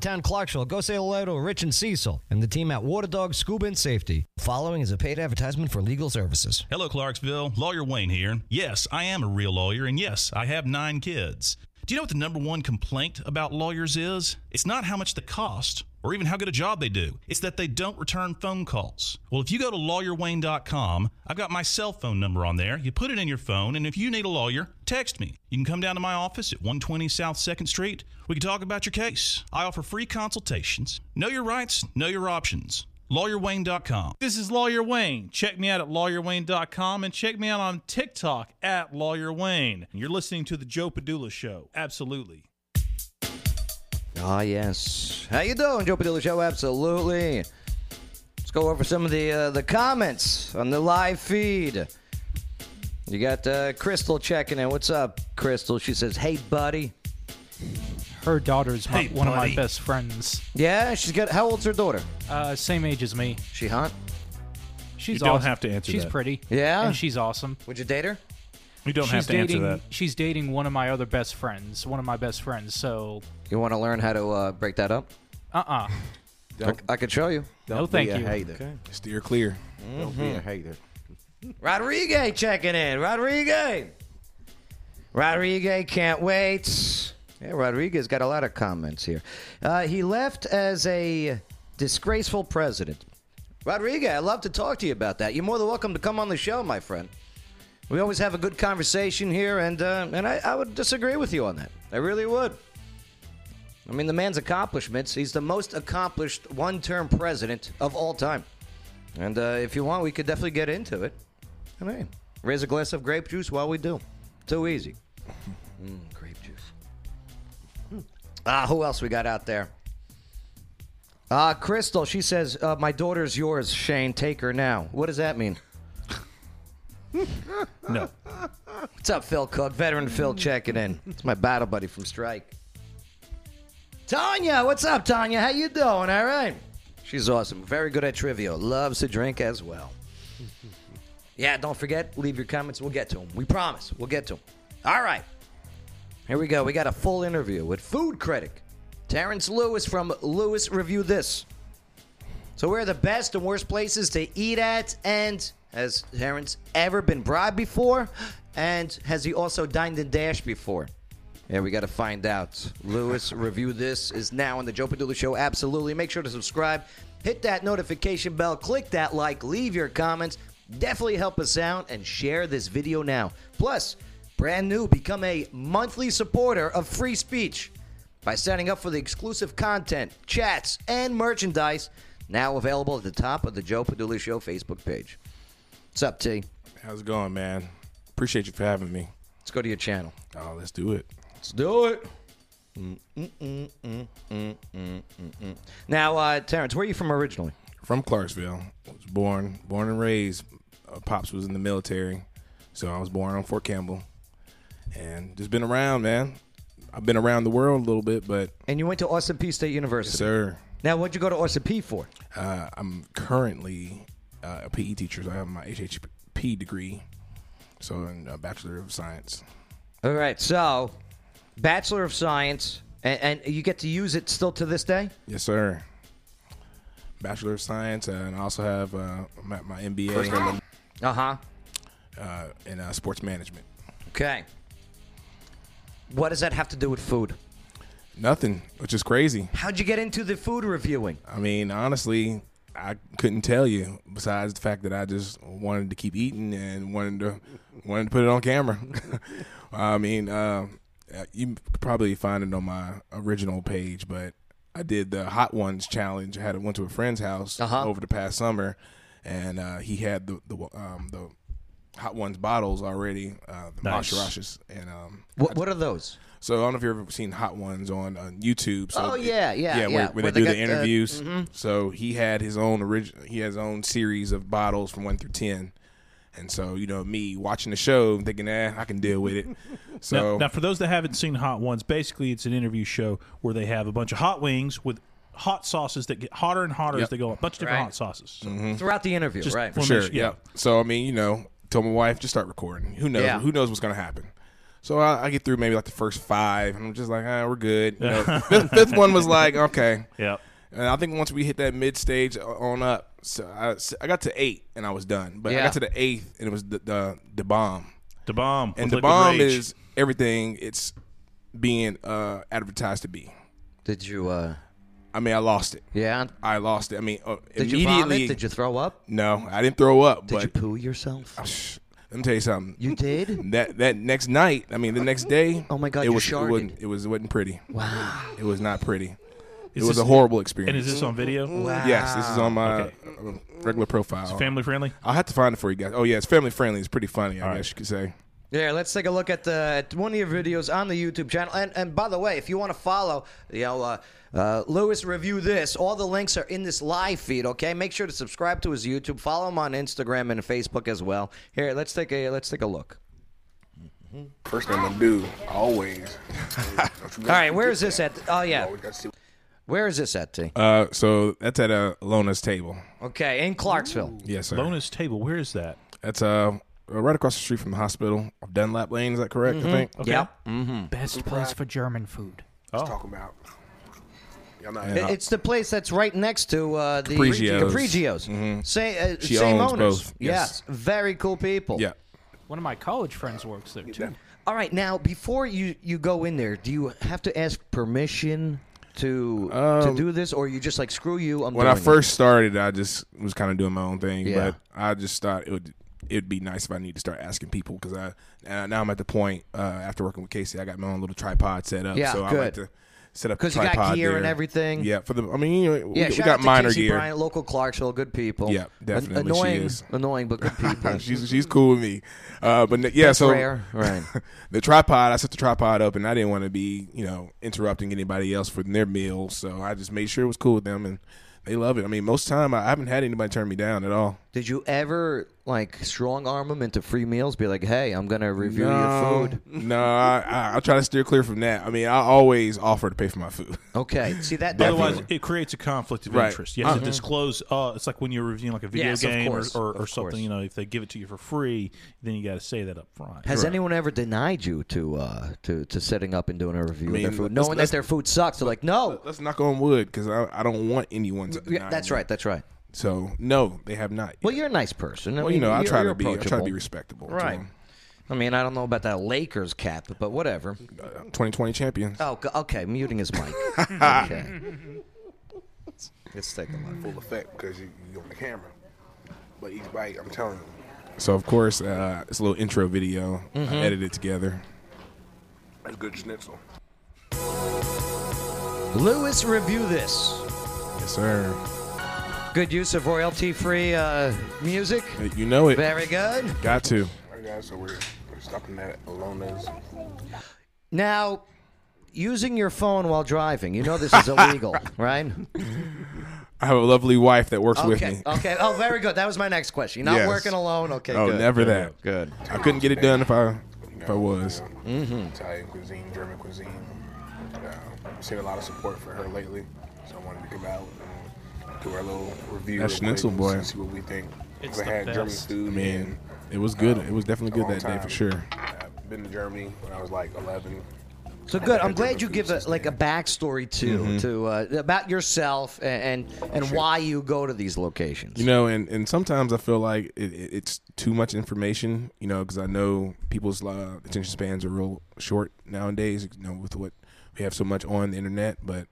Speaker 16: Clarksville. Go say hello to Rich and Cecil and the team at Water Dog Scuba and Safety. Following is a paid advertisement for legal services.
Speaker 17: Hello, Clarksville. Lawyer Wayne here. Yes, I am a real lawyer, and yes, I have nine kids. Do you know what the number one complaint about lawyers is? It's not how much they cost or even how good a job they do, it's that they don't return phone calls. Well, if you go to lawyerwayne.com, I've got my cell phone number on there. You put it in your phone, and if you need a lawyer, text me. You can come down to my office at 120 South 2nd Street. We can talk about your case. I offer free consultations. Know your rights, know your options. LawyerWayne.com.
Speaker 5: This is Lawyer Wayne. Check me out at lawyerwayne.com and check me out on TikTok at Lawyer Wayne. You're listening to the Joe Padula Show. Absolutely.
Speaker 1: Ah, yes. How you doing, Joe Padilla Show? Absolutely. Let's go over some of the uh, the comments on the live feed. You got uh, Crystal checking in. What's up, Crystal? She says, "Hey, buddy."
Speaker 6: Her daughter's my,
Speaker 1: Hey,
Speaker 6: one of
Speaker 1: buddy.
Speaker 6: my best friends.
Speaker 1: Yeah, she's got. How old's her daughter?
Speaker 6: Uh, same age as me.
Speaker 1: She hot.
Speaker 6: She's
Speaker 5: You don't
Speaker 6: awesome.
Speaker 5: have to answer
Speaker 6: She's
Speaker 5: that.
Speaker 6: pretty.
Speaker 5: Yeah?
Speaker 6: and she's awesome.
Speaker 1: Would you date her?
Speaker 5: You don't have to answer
Speaker 6: dating,
Speaker 5: that.
Speaker 6: She's dating one of my other best friends. One of my best friends. So,
Speaker 1: You want to learn how to uh, break that up?
Speaker 6: uh, uh
Speaker 1: I, I could show you.
Speaker 6: No, thank you. Okay.
Speaker 7: Steer clear.
Speaker 4: Don't
Speaker 1: Mm-hmm.
Speaker 4: be a hater.
Speaker 1: Rodriguez checking in. Rodriguez. Rodriguez can't wait. Yeah, Rodriguez got a lot of comments here. Uh, he left as a disgraceful president. Rodriguez, I'd love to talk to you about that. You're more than welcome to come on the show, my friend. We always have a good conversation here, and uh, and I, I would disagree with you on that. I really would. I mean, the man's accomplishments. He's the most accomplished one term president of all time. And uh, if you want, we could definitely get into it. And hey, raise a glass of grape juice while we do. Too easy. Mm, grape juice. Ah, who else we got out there? Uh, Crystal, she says, uh, My daughter's yours, Shane. Take her now. What does that mean?
Speaker 5: no.
Speaker 1: What's up, Phil Cook? Veteran Phil checking in. It's my battle buddy from Strike. Tanya, what's up, Tanya? How you doing? All right. She's awesome. Very good at trivia. Loves to drink as well. Yeah, don't forget, leave your comments. We'll get to them. We promise. We'll get to them. All right. Here we go. We got a full interview with food critic Terrence Lewis from Lewis Review This. So, where are the best and worst places to eat at? And has Terrence ever been bribed before? And has he also dined and dashed before? Yeah, we got to find out. Lewis Review This is now on the Joe Padula Show. Absolutely. Make sure to subscribe, hit that notification bell, click that like, leave your comments. Definitely help us out and share this video now. Plus, brand new, become a monthly supporter of free speech by signing up for the exclusive content, chats, and merchandise now available at the top of the Joe Padula Show Facebook page. What's up, T?
Speaker 7: How's it going, man? Appreciate you for having me.
Speaker 1: Let's go to your channel.
Speaker 7: Oh, let's do it.
Speaker 1: Let's do it.
Speaker 7: Mm,
Speaker 1: Mm-mm-mm-mm-mm-mm-mm. Now, uh, Terrence, where are you from originally?
Speaker 7: From Clarksville. was born, born and raised. Uh, Pops was in the military, so I was born on Fort Campbell, and just been around, man. I've been around the world a little bit, but
Speaker 1: and you went to Austin P State University,
Speaker 7: sir.
Speaker 1: Now, what'd you go to Austin P for?
Speaker 7: Uh, I'm currently uh, a PE teacher, so I have my HHP degree, so in a Bachelor of Science.
Speaker 1: All right, so Bachelor of Science, and, and you get to use it still to this day.
Speaker 7: Yes, sir. Bachelor of Science, uh, and I also have uh, my, my
Speaker 1: First
Speaker 7: MBA.
Speaker 1: one. Uh-huh.
Speaker 7: Uh In uh, sports management.
Speaker 1: Okay. What does that have to do with food?
Speaker 7: Nothing, which is crazy.
Speaker 1: How'd you get into the food reviewing?
Speaker 7: I mean, honestly, I couldn't tell you. Besides the fact that I just wanted to keep eating and wanted to wanted to put it on camera. I mean, uh, you probably find it on my original page, but I did the hot ones challenge. I had went to a friend's house
Speaker 1: Uh-huh.
Speaker 7: over the past summer, and uh, he had the the um, the hot ones bottles already, uh, the
Speaker 1: Nice.
Speaker 7: Masharashas, and um,
Speaker 1: What, what are those?
Speaker 7: so I don't know if you've ever seen Hot Ones on, on YouTube. So
Speaker 1: Oh, yeah, yeah,
Speaker 7: yeah. Where,
Speaker 1: yeah,
Speaker 7: where they,
Speaker 1: where
Speaker 7: do
Speaker 1: they
Speaker 7: the
Speaker 1: got the-
Speaker 7: interviews.
Speaker 1: mhm.
Speaker 7: So he had his own original. He has his own series of bottles from one through ten, and so you know me watching the show, thinking, eh, I can deal with it. So
Speaker 5: now, now, for those that haven't seen Hot Ones, basically it's an interview show where they have a bunch of hot wings with hot sauces that get hotter and hotter as
Speaker 7: Yep.
Speaker 5: they go up. A bunch of different
Speaker 7: Right.
Speaker 5: hot sauces. So-
Speaker 7: Mhm.
Speaker 1: Throughout the interview,
Speaker 5: Just
Speaker 1: right?
Speaker 7: For sure. Yeah. So I mean, you know, told my wife just start recording. Who knows?
Speaker 1: Yeah.
Speaker 7: Who knows what's gonna happen? So I, I get through maybe like the first five, and I'm just like, ah, we're good. You know, fifth, fifth one was like, okay.
Speaker 5: Yeah.
Speaker 7: And I think once we hit that mid stage on up, so I, so I got to eight and I was done. But I
Speaker 5: Yeah.
Speaker 7: got to the eighth and it was the the, the bomb.
Speaker 5: The bomb. with
Speaker 7: And the
Speaker 5: Liquid
Speaker 7: bomb
Speaker 5: Rage.
Speaker 7: is everything it's being uh, advertised to be.
Speaker 1: Did you? uh
Speaker 7: I mean, I lost it.
Speaker 1: Yeah,
Speaker 7: I lost it. I mean, uh,
Speaker 1: Did you
Speaker 7: immediately.
Speaker 1: vomit? Did you throw up?
Speaker 7: No, I didn't throw up.
Speaker 1: Did
Speaker 7: but
Speaker 1: you poo yourself?
Speaker 7: let me tell you something.
Speaker 1: You did
Speaker 7: that that next night. I mean, the next day. Oh my
Speaker 1: God,
Speaker 7: It
Speaker 1: you
Speaker 7: was it
Speaker 1: sharted.
Speaker 7: wasn't, it was it wasn't pretty.
Speaker 1: Wow.
Speaker 7: It was not pretty.
Speaker 5: Is
Speaker 7: it was
Speaker 5: this-
Speaker 7: a horrible experience.
Speaker 5: and is this on video? Wow.
Speaker 7: Yes, this is on my
Speaker 5: Okay.
Speaker 7: uh, regular profile.
Speaker 5: Is it family friendly?
Speaker 7: I'll have to find it for you guys. Oh yeah, it's family friendly. It's pretty funny. I
Speaker 5: All
Speaker 7: guess
Speaker 5: right.
Speaker 7: you could say.
Speaker 1: Yeah, let's take a look at the at one of your videos on the YouTube channel. And and by the way, if you want to follow, you know, uh, uh, Lewis review this. All the links are in this live feed. Okay, make sure to subscribe to his YouTube. Follow him on Instagram and Facebook as well. Here, let's take a let's take a look.
Speaker 14: First thing I do, always.
Speaker 1: All right, where is this at? Oh yeah, where is this at? T?
Speaker 7: Uh, so that's at uh, Lona's table.
Speaker 1: Okay, in Clarksville.
Speaker 7: Yes, sir.
Speaker 5: Lona's table. Where is that?
Speaker 7: That's uh right across the street from the hospital. Dunlap Lane. Is that correct? I think.
Speaker 1: Mm-hmm.
Speaker 6: Best place for German food.
Speaker 5: Oh.
Speaker 14: Let's talk about. Y'all not-
Speaker 1: It- It's the place that's right next to uh, the
Speaker 7: Capriccios. Mm-hmm.
Speaker 1: Capriccios. Sa- uh,
Speaker 7: She
Speaker 1: same
Speaker 7: owns
Speaker 1: owners.
Speaker 7: both, yes.
Speaker 1: very cool people.
Speaker 7: Yeah.
Speaker 6: One of my college friends works there too.
Speaker 1: All right, now before you you go in there, do you have to ask permission to to do this, or you just like screw you? I'm
Speaker 7: Um, when I
Speaker 1: doing it?
Speaker 7: first started, I just was kind of doing my own thing.
Speaker 1: Yeah.
Speaker 7: But I just thought it would it'd be nice if I need to start asking people because I and now I'm at the point uh, after working with Casey, I got my own little tripod set up.
Speaker 1: Yeah,
Speaker 7: so I like
Speaker 1: good.
Speaker 7: to set up the
Speaker 1: 'Cause you got
Speaker 7: tripod
Speaker 1: gear and
Speaker 7: there.
Speaker 1: everything.
Speaker 7: Yeah, for the I mean, you know, we,
Speaker 1: yeah,
Speaker 7: we
Speaker 1: shout out
Speaker 7: got
Speaker 1: to
Speaker 7: minor
Speaker 1: Casey
Speaker 7: gear.
Speaker 1: Bryant, local Clarksville, good people.
Speaker 7: Yeah,
Speaker 1: An-
Speaker 7: definitely. she
Speaker 1: annoying,
Speaker 7: is.
Speaker 1: annoying, but good people.
Speaker 7: she's she's cool with me. Uh, but n- yeah,
Speaker 1: That's
Speaker 7: so
Speaker 1: rare, right.
Speaker 7: the tripod, I set the tripod up, and I didn't want to be you know interrupting anybody else for their meal, so I just made sure it was cool with them, and they love it. I mean, most time I I haven't had anybody turn me down at all.
Speaker 1: Did you ever like strong arm them into free meals? Be like, hey, I'm gonna review your food.
Speaker 7: No, I, I, I try to steer clear from that. I mean, I always offer to pay for my food.
Speaker 1: Okay, see that. Uh-huh.
Speaker 5: Otherwise, it creates a conflict of
Speaker 7: Right.
Speaker 5: interest. You have
Speaker 7: Mhm.
Speaker 5: to disclose. Uh, it's like when you're reviewing like a video
Speaker 1: Yes, of
Speaker 5: game or,
Speaker 1: course,
Speaker 5: or,
Speaker 1: of
Speaker 5: or something.
Speaker 1: course.
Speaker 5: You know, if they give it to you for free, then you got to say that up front.
Speaker 1: Has anyone ever denied you to uh, to to setting up and doing a review of
Speaker 7: mean,
Speaker 1: their food,
Speaker 7: let's-
Speaker 1: knowing that
Speaker 7: let's-
Speaker 1: their food sucks? They're like, no,
Speaker 7: Let's knock on wood because I, I don't want anyone to.
Speaker 1: Yeah,
Speaker 7: deny
Speaker 1: that's
Speaker 7: me.
Speaker 1: right. That's right.
Speaker 7: So no, they have not.
Speaker 1: Well, you're a nice person.
Speaker 7: Well, you know, I
Speaker 1: you're-
Speaker 7: try to
Speaker 1: you're
Speaker 7: be- I try to be
Speaker 1: approachable.
Speaker 7: respectable to
Speaker 1: Right.
Speaker 7: 'em.
Speaker 1: I mean, I don't know about that Lakers cap, but whatever.
Speaker 7: 2020 Uh, champions.
Speaker 1: Oh, go- okay. Muting his mic. okay. Let's take a look.
Speaker 14: Full effect because you, you on the camera. But each bite, I'm telling you,
Speaker 7: So of course, uh, it's a little intro video.
Speaker 14: Mhm.
Speaker 1: Mm-hmm.
Speaker 7: I edited it together.
Speaker 14: that's good schnitzel.
Speaker 1: Lewis, review this.
Speaker 7: Yes, sir.
Speaker 1: Good use of royalty-free uh, music.
Speaker 7: You know it.
Speaker 1: Very good.
Speaker 7: Got to.
Speaker 14: Alright, guys, so we're, we're stopping at Alona's.
Speaker 1: Now, using your phone while driving, you know this is illegal, right?
Speaker 7: I have a lovely wife that works with
Speaker 1: Okay.
Speaker 7: me.
Speaker 1: Okay. Oh, very good. That was my next question. You're not
Speaker 7: Yes.
Speaker 1: working alone. Okay.
Speaker 7: oh,
Speaker 1: good.
Speaker 7: never that.
Speaker 1: Good.
Speaker 7: I couldn't get it done if I if I was.
Speaker 1: Mm-hmm.
Speaker 14: Italian cuisine, German cuisine. Uh, I've seen a lot of support for her lately, so I wanted to come out and do our little review. real
Speaker 7: That
Speaker 14: quick
Speaker 7: schnitzel,
Speaker 14: and
Speaker 7: boy.
Speaker 14: See what we think.
Speaker 6: It's
Speaker 14: I
Speaker 6: the
Speaker 14: had German
Speaker 6: best.
Speaker 14: food. Um,
Speaker 7: Man, it was good. It was definitely good that day for sure.
Speaker 14: I've been to Germany when I was like 11.
Speaker 1: So
Speaker 14: I've
Speaker 1: good.
Speaker 14: been
Speaker 1: I'm
Speaker 14: to
Speaker 1: glad
Speaker 14: German
Speaker 1: you
Speaker 14: food
Speaker 1: give a,
Speaker 14: since
Speaker 1: like a backstory too
Speaker 7: Mhm.
Speaker 1: to uh, about yourself and and, and why you go to these locations.
Speaker 7: You know, and, and sometimes I feel like it, it, it's too much information, you know, because I know people's uh, attention spans are real short nowadays, you know, with what we have so much on the internet. But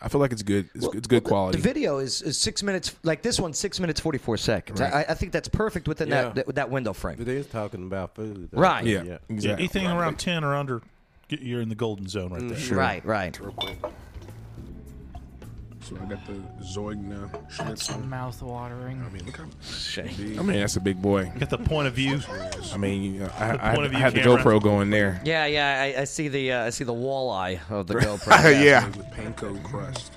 Speaker 7: I feel like it's good. It's, it's good
Speaker 1: The
Speaker 7: quality.
Speaker 1: video is, is six minutes, like this one, six minutes forty four seconds. I
Speaker 4: Right.
Speaker 1: I, I think that's perfect within
Speaker 4: Yeah.
Speaker 1: that, that that window frame.
Speaker 4: But they is talking about food. though.
Speaker 1: Right.
Speaker 7: Yeah,
Speaker 5: Yeah, anything around ten or under, get- you're in the golden zone
Speaker 14: Mm,
Speaker 5: right there.
Speaker 1: Sure. Right, right.
Speaker 14: So I got the Zoigna schnitzel.
Speaker 6: Mouth watering.
Speaker 14: I mean, look how
Speaker 7: I mean, that's a big boy.
Speaker 5: Got the point of view.
Speaker 7: I mean, you know, I,
Speaker 5: The
Speaker 7: I,
Speaker 5: point of
Speaker 7: I
Speaker 5: view
Speaker 7: had the
Speaker 5: camera.
Speaker 7: GoPro going there.
Speaker 1: Yeah, yeah. I, I see the uh, I see the walleye of the GoPro.
Speaker 7: yeah.
Speaker 14: With panko crust,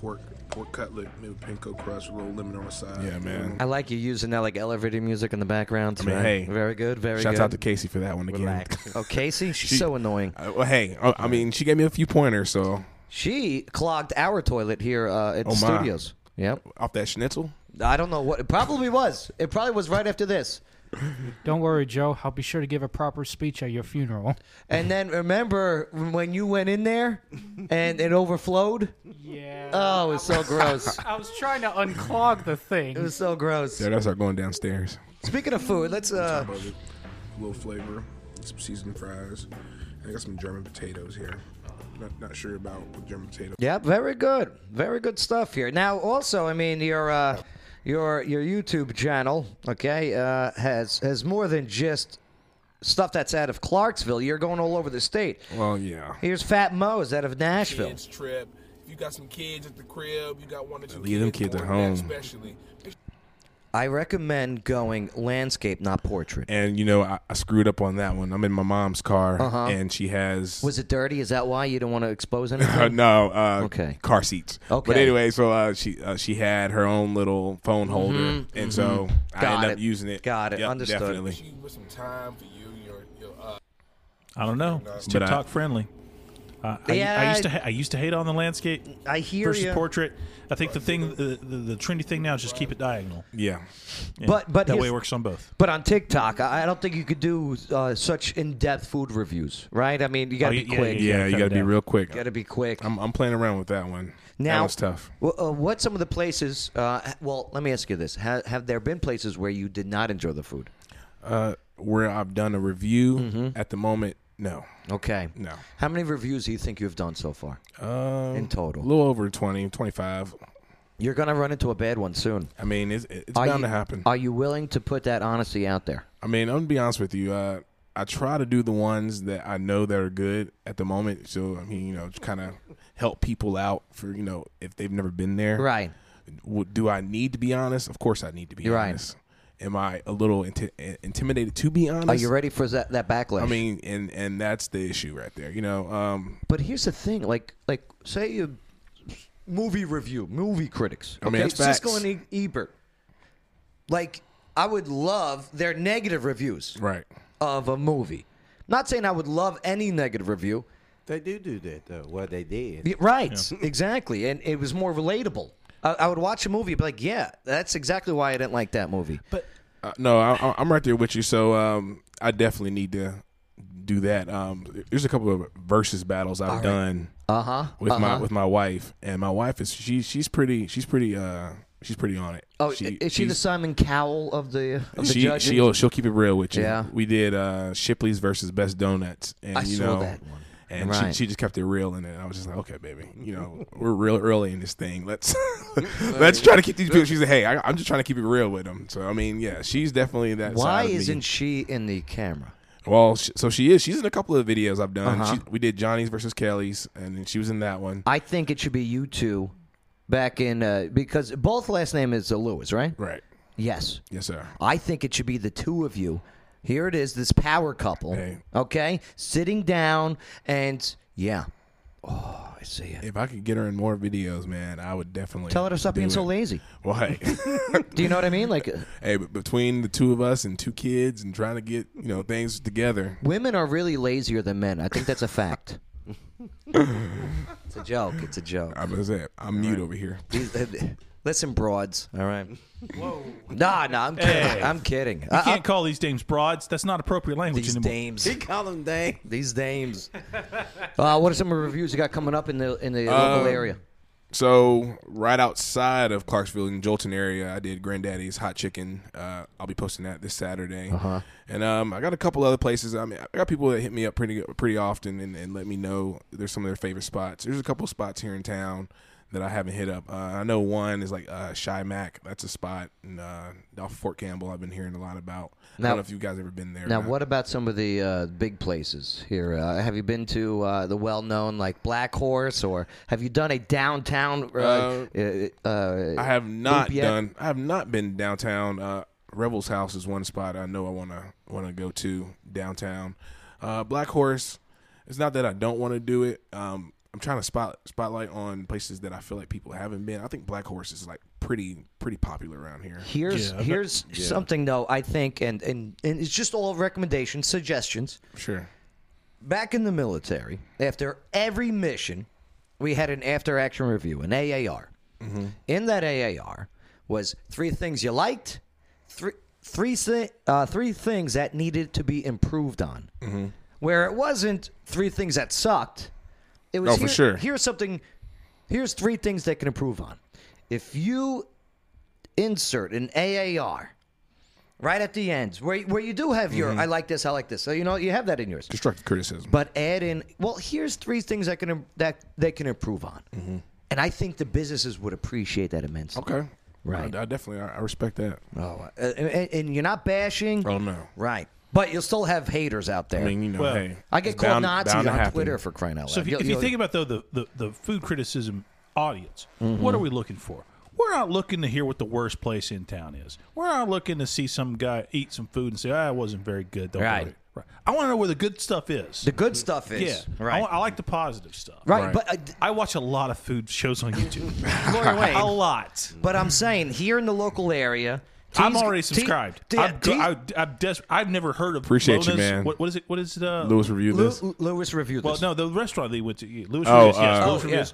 Speaker 14: pork pork cutlet, maybe panko crust, a little lemon on the side.
Speaker 7: Yeah, man.
Speaker 1: I like you using that like elevator music in the background.
Speaker 7: I mean,
Speaker 1: right?
Speaker 7: hey,
Speaker 1: very good, very
Speaker 7: Shouts
Speaker 1: good.
Speaker 7: out to Casey for that one again.
Speaker 1: Relax. Oh, Casey, she's
Speaker 7: She-
Speaker 1: so annoying.
Speaker 7: Uh, well, hey, I, I mean, she gave me a few pointers, so
Speaker 1: She clogged our toilet here uh, at
Speaker 7: oh
Speaker 1: the
Speaker 7: my.
Speaker 1: studios. Yep.
Speaker 7: Off that schnitzel.
Speaker 1: I don't know what it probably was. It probably was right after this.
Speaker 6: Don't worry, Joe. I'll be sure to give a proper speech at your funeral.
Speaker 1: And then remember when you went in there and it overflowed?
Speaker 6: Yeah.
Speaker 1: Oh, it was so gross.
Speaker 6: I was trying to unclog the thing.
Speaker 1: It was so gross.
Speaker 7: Yeah, that's our going downstairs.
Speaker 1: Speaking of food, let's uh
Speaker 14: Love it. A little flavor, some seasoned fries. And I got some German potatoes here. Not, not sure about what German potatoes.
Speaker 1: Yeah, very good. Very good stuff here. Now also, I mean your uh your your YouTube channel, okay, uh has has more than just stuff that's out of Clarksville. You're going all over the state.
Speaker 7: Well, yeah.
Speaker 1: Here's Fat Moe's out of Nashville.
Speaker 18: Kids trip. If you got some kids at the crib, you got one or two
Speaker 7: Leave them kids at
Speaker 18: going back
Speaker 7: home.
Speaker 18: Especially.
Speaker 1: I recommend going landscape, not portrait.
Speaker 7: And you know, I, I screwed up on that one. I'm in my mom's car,
Speaker 1: Uh-huh.
Speaker 7: and she has
Speaker 1: Was it dirty? Is that why you don't want to expose
Speaker 7: Uh,
Speaker 1: anything?
Speaker 7: no, uh,
Speaker 1: Okay.
Speaker 7: car seats.
Speaker 1: Okay.
Speaker 7: But anyway, so uh, she uh, she had her own little phone holder,
Speaker 1: Mhm,
Speaker 7: and
Speaker 1: mhm.
Speaker 7: so I
Speaker 1: Got
Speaker 7: ended up
Speaker 1: it.
Speaker 7: using it.
Speaker 1: Got it.
Speaker 7: Yep,
Speaker 1: Understood.
Speaker 7: Definitely.
Speaker 14: With some time for you, your, your uh,
Speaker 5: I don't know. It's
Speaker 7: But I-
Speaker 5: TikTok friendly. Uh, I, I
Speaker 7: Yeah,
Speaker 5: used to
Speaker 7: I-
Speaker 5: ha- I used to hate on the landscape.
Speaker 1: I hear
Speaker 5: versus
Speaker 1: ya.
Speaker 5: portrait. I think the thing the, the, the trendy thing now is just keep it diagonal.
Speaker 7: Yeah,
Speaker 1: But but
Speaker 5: that
Speaker 1: here's-
Speaker 5: way it works on both.
Speaker 1: But on TikTok, I I don't think you could do uh, such in-depth food reviews, right? I mean, you got
Speaker 7: Oh,
Speaker 1: to
Speaker 7: yeah,
Speaker 1: be
Speaker 7: yeah,
Speaker 1: quick.
Speaker 7: yeah, Yeah, you gotta gotta be down. real quick.
Speaker 1: Got to be quick.
Speaker 7: I'm, I'm playing around with that one.
Speaker 1: Now,
Speaker 7: that was tough.
Speaker 1: w- uh, what some of the places? Uh, ha- well, let me ask you this: have, have there been places where you did not enjoy the food?
Speaker 7: Uh, where I've done a review at the moment, no.
Speaker 1: Okay.
Speaker 7: No.
Speaker 1: How many reviews do you think you've done so far?
Speaker 7: Um,
Speaker 1: In total.
Speaker 7: a little over 20, 25.
Speaker 1: You're gonna run into a bad one soon.
Speaker 7: I mean, it's, it's
Speaker 1: Are
Speaker 7: bound
Speaker 1: you-
Speaker 7: to happen.
Speaker 1: Are you willing to put that honesty out there?
Speaker 7: I mean, I'm gonna be honest with you. Uh, I try to do the ones that I know that are good at the moment. So I mean, you know, kind of help people out for you know if they've never been there.
Speaker 1: Right.
Speaker 7: W- Do I need to be honest? Of course, I need to be
Speaker 1: Right.
Speaker 7: honest. Am I a little inti- intimidated to be honest?
Speaker 1: Are you ready for that, that backlash?
Speaker 7: I mean, and and that's the issue right there. You know, um,
Speaker 1: But here's the thing, like like say you movie review, movie critics.
Speaker 7: I mean, that's facts.
Speaker 1: Siskel and E- Ebert. Like I would love their negative reviews
Speaker 7: right
Speaker 1: of a movie. Not saying I would love any negative review.
Speaker 4: They do do that though. Well, they did.
Speaker 1: Yeah, Right, exactly, and it was more relatable. I, I would watch a movie, and be like, yeah, that's exactly why I didn't like that movie.
Speaker 7: But uh, no, I, I- I'm right there with you. So um, I definitely need to do that. Um, there's a couple of versus battles I've
Speaker 1: All right.
Speaker 7: done.
Speaker 1: Uh-huh,
Speaker 7: With my
Speaker 1: uh-huh.
Speaker 7: with my wife, and my wife is she she's pretty she's pretty uh she's pretty on it.
Speaker 1: oh, is she the
Speaker 7: she's-
Speaker 1: Simon Cowell of the of the
Speaker 7: she
Speaker 1: judges?
Speaker 7: she'll she'll keep it real with you.
Speaker 1: Yeah.
Speaker 7: we did uh Shipley's versus Best Donuts, and
Speaker 1: I
Speaker 7: you
Speaker 1: saw
Speaker 7: know,
Speaker 1: that one.
Speaker 7: and
Speaker 1: Right.
Speaker 7: she, she just kept it real in it. And I was just like, okay, baby, you know, we're real early in this thing. Let's let's try to keep these people. She's like, hey, I, I'm just trying to keep it real with them. So I mean, yeah, she's definitely that.
Speaker 1: Why
Speaker 7: side of me.
Speaker 1: isn't she in the camera?
Speaker 7: Well, sh so she is. She's in a couple of videos I've done.
Speaker 1: Uh-huh.
Speaker 7: She, we did Johnny's versus Kelly's, and then she was in that one.
Speaker 1: I think it should be you two back in uh, because both last name is uh, Lewis, right?
Speaker 7: Right.
Speaker 1: Yes.
Speaker 7: Yes, sir.
Speaker 1: I think it should be the two of you. Here it is, this power couple. Okay, sitting down and yeah. Oh, I see it.
Speaker 7: If I could get her in more videos, man, I would definitely
Speaker 1: Tell her to stop
Speaker 7: do
Speaker 1: being so
Speaker 7: it.
Speaker 1: lazy.
Speaker 7: Why?
Speaker 1: Do you know what I mean? Like, uh,
Speaker 7: hey, but between the two of us and two kids, and trying to get you know things together.
Speaker 1: women are really lazier than men. I think that's a fact. it's a joke. It's a joke.
Speaker 7: I'm gonna say it. I'm mute over here.
Speaker 1: These- uh, Listen, broads. All right. Whoa. Nah, nah. I'm kidding.
Speaker 5: Hey.
Speaker 1: I'm kidding.
Speaker 5: You
Speaker 1: I-
Speaker 5: can't call these dames broads. That's not appropriate language
Speaker 1: These
Speaker 5: anymore.
Speaker 1: dames. He called them dames. These dames. Uh, what are some of the reviews you got coming up in the in the
Speaker 7: Um,
Speaker 1: local area?
Speaker 7: So right outside of Clarksville in Jolton area, I did Granddaddy's Hot Chicken. Uh, I'll be posting that this Saturday,
Speaker 1: Uh-huh.
Speaker 7: and um, I got a couple other places. I mean, I got people that hit me up pretty pretty often and, and let me know there's some of their favorite spots. There's a couple spots here in town that I haven't hit up. Uh, I know one is like uh, Shy Mac. That's a spot in, uh, off of Fort Campbell. I've been hearing a lot about. I
Speaker 1: Now-
Speaker 7: don't know if you guys ever been there. or
Speaker 1: Now,
Speaker 7: not.
Speaker 1: what about some of the uh, big places here? Uh, have you been to uh, the well-known like Black Horse, or have you done a downtown? Uh, uh, uh,
Speaker 7: I have not
Speaker 1: loop yet?
Speaker 7: done. I have not been downtown. Uh, Revel's house is one spot I know I want to want to go to downtown. Uh, Black Horse. It's not that I don't want to do it. Um, I'm trying to spot spotlight on places that I feel like people haven't been. I think Black Horse is like pretty pretty popular around here.
Speaker 1: Here's here's
Speaker 7: Yeah.
Speaker 1: something though. I think, and, and and it's just all recommendations, suggestions.
Speaker 7: Sure.
Speaker 1: Back in the military, after every mission, we had an after-action review, an AAR.
Speaker 7: Mm-hmm.
Speaker 1: In that AAR was three things you liked, three three thi- uh, three things that needed to be improved on.
Speaker 7: Mm-hmm.
Speaker 1: Where it wasn't three things that sucked. It was
Speaker 7: Oh, for
Speaker 1: here-
Speaker 7: sure.
Speaker 1: Here's something. Here's three things they can improve on. If you insert an AAR right at the end, where where you do have
Speaker 7: Mm-hmm.
Speaker 1: your I like this, I like this. So you know you have that in yours.
Speaker 7: Constructive criticism.
Speaker 1: But add in well, here's three things that can that they can improve on,
Speaker 7: Mm-hmm.
Speaker 1: and I think the businesses would appreciate that immensely.
Speaker 7: Okay.
Speaker 1: Right.
Speaker 7: I, I definitely I, I respect that.
Speaker 1: Oh, uh, and, and you're not bashing.
Speaker 7: Oh no.
Speaker 1: Right. But you'll still have haters out there.
Speaker 7: I mean, you know,
Speaker 5: Well,
Speaker 7: hey,
Speaker 1: I get
Speaker 7: it's
Speaker 1: called
Speaker 7: bound-
Speaker 1: Nazis
Speaker 7: bound to
Speaker 1: on
Speaker 7: happen.
Speaker 1: Twitter for crying out loud.
Speaker 5: So if you,
Speaker 1: You'll-
Speaker 5: if you
Speaker 1: you'll-
Speaker 5: think about though the, the, the food criticism audience,
Speaker 1: Mhm.
Speaker 5: what are we looking for? We're not looking to hear what the worst place in town is. We're not looking to see some guy eat some food and say, ah, it wasn't very good. Don't
Speaker 1: Right.
Speaker 5: worry." Right. I want to know where the good stuff is. The
Speaker 1: good stuff is.
Speaker 5: Yeah.
Speaker 1: Right.
Speaker 5: I, wa- I like the positive stuff.
Speaker 1: Right, Right. but, uh,
Speaker 5: I watch a lot of food shows on YouTube.
Speaker 1: Lawyer Wayne.
Speaker 5: a lot.
Speaker 1: But I'm saying here in the local area,
Speaker 5: I'm
Speaker 1: T's-
Speaker 5: already
Speaker 1: T-
Speaker 5: subscribed.
Speaker 1: T-
Speaker 5: I'm, go-
Speaker 1: T-
Speaker 5: I, I'm des- I've never heard of.
Speaker 7: Appreciate you,
Speaker 5: Lona's-
Speaker 7: man.
Speaker 5: What, what is it? What is it? Uh,
Speaker 7: Lewis reviewed Lew- this.
Speaker 1: Lewis reviewed
Speaker 5: well, no, the restaurant they went to. eat. Lewis
Speaker 7: Oh,
Speaker 5: reviewed. Yes,
Speaker 7: uh,
Speaker 5: Lewis reviewed.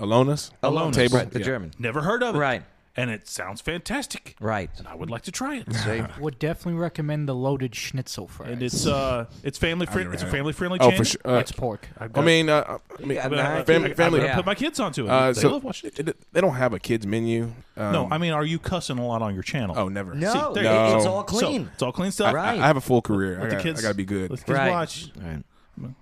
Speaker 7: Al- Alonas?
Speaker 5: Alona's.
Speaker 7: Table?
Speaker 5: Right, the German. Never heard of it. Right. And it sounds fantastic.
Speaker 1: Right.
Speaker 5: And I would like to try it.
Speaker 6: Would definitely recommend the loaded schnitzel fries.
Speaker 5: And it's uh, it's family
Speaker 6: I've
Speaker 5: friendly.
Speaker 6: never
Speaker 5: It's a
Speaker 6: had it.
Speaker 5: family friendly.
Speaker 7: Oh,
Speaker 5: chain.
Speaker 7: for sure. Uh,
Speaker 6: It's pork.
Speaker 7: I, mean, uh, I mean,
Speaker 5: Yeah,
Speaker 7: fam-
Speaker 5: Mac-
Speaker 7: family.
Speaker 5: I'm gonna put my kids onto it. They love watching
Speaker 7: Uh, it. They don't have a kids menu. Um,
Speaker 5: no, I mean, are you cussing a lot on your channel? Oh,
Speaker 7: never.
Speaker 5: See,
Speaker 7: No,
Speaker 5: there
Speaker 7: it-
Speaker 5: you go.
Speaker 7: it's all
Speaker 5: So,
Speaker 7: clean.
Speaker 5: it's all clean stuff.
Speaker 7: I, I have a full career. I
Speaker 5: Let
Speaker 7: got,
Speaker 5: the kids,
Speaker 7: I got to be good.
Speaker 5: Let the kids watch.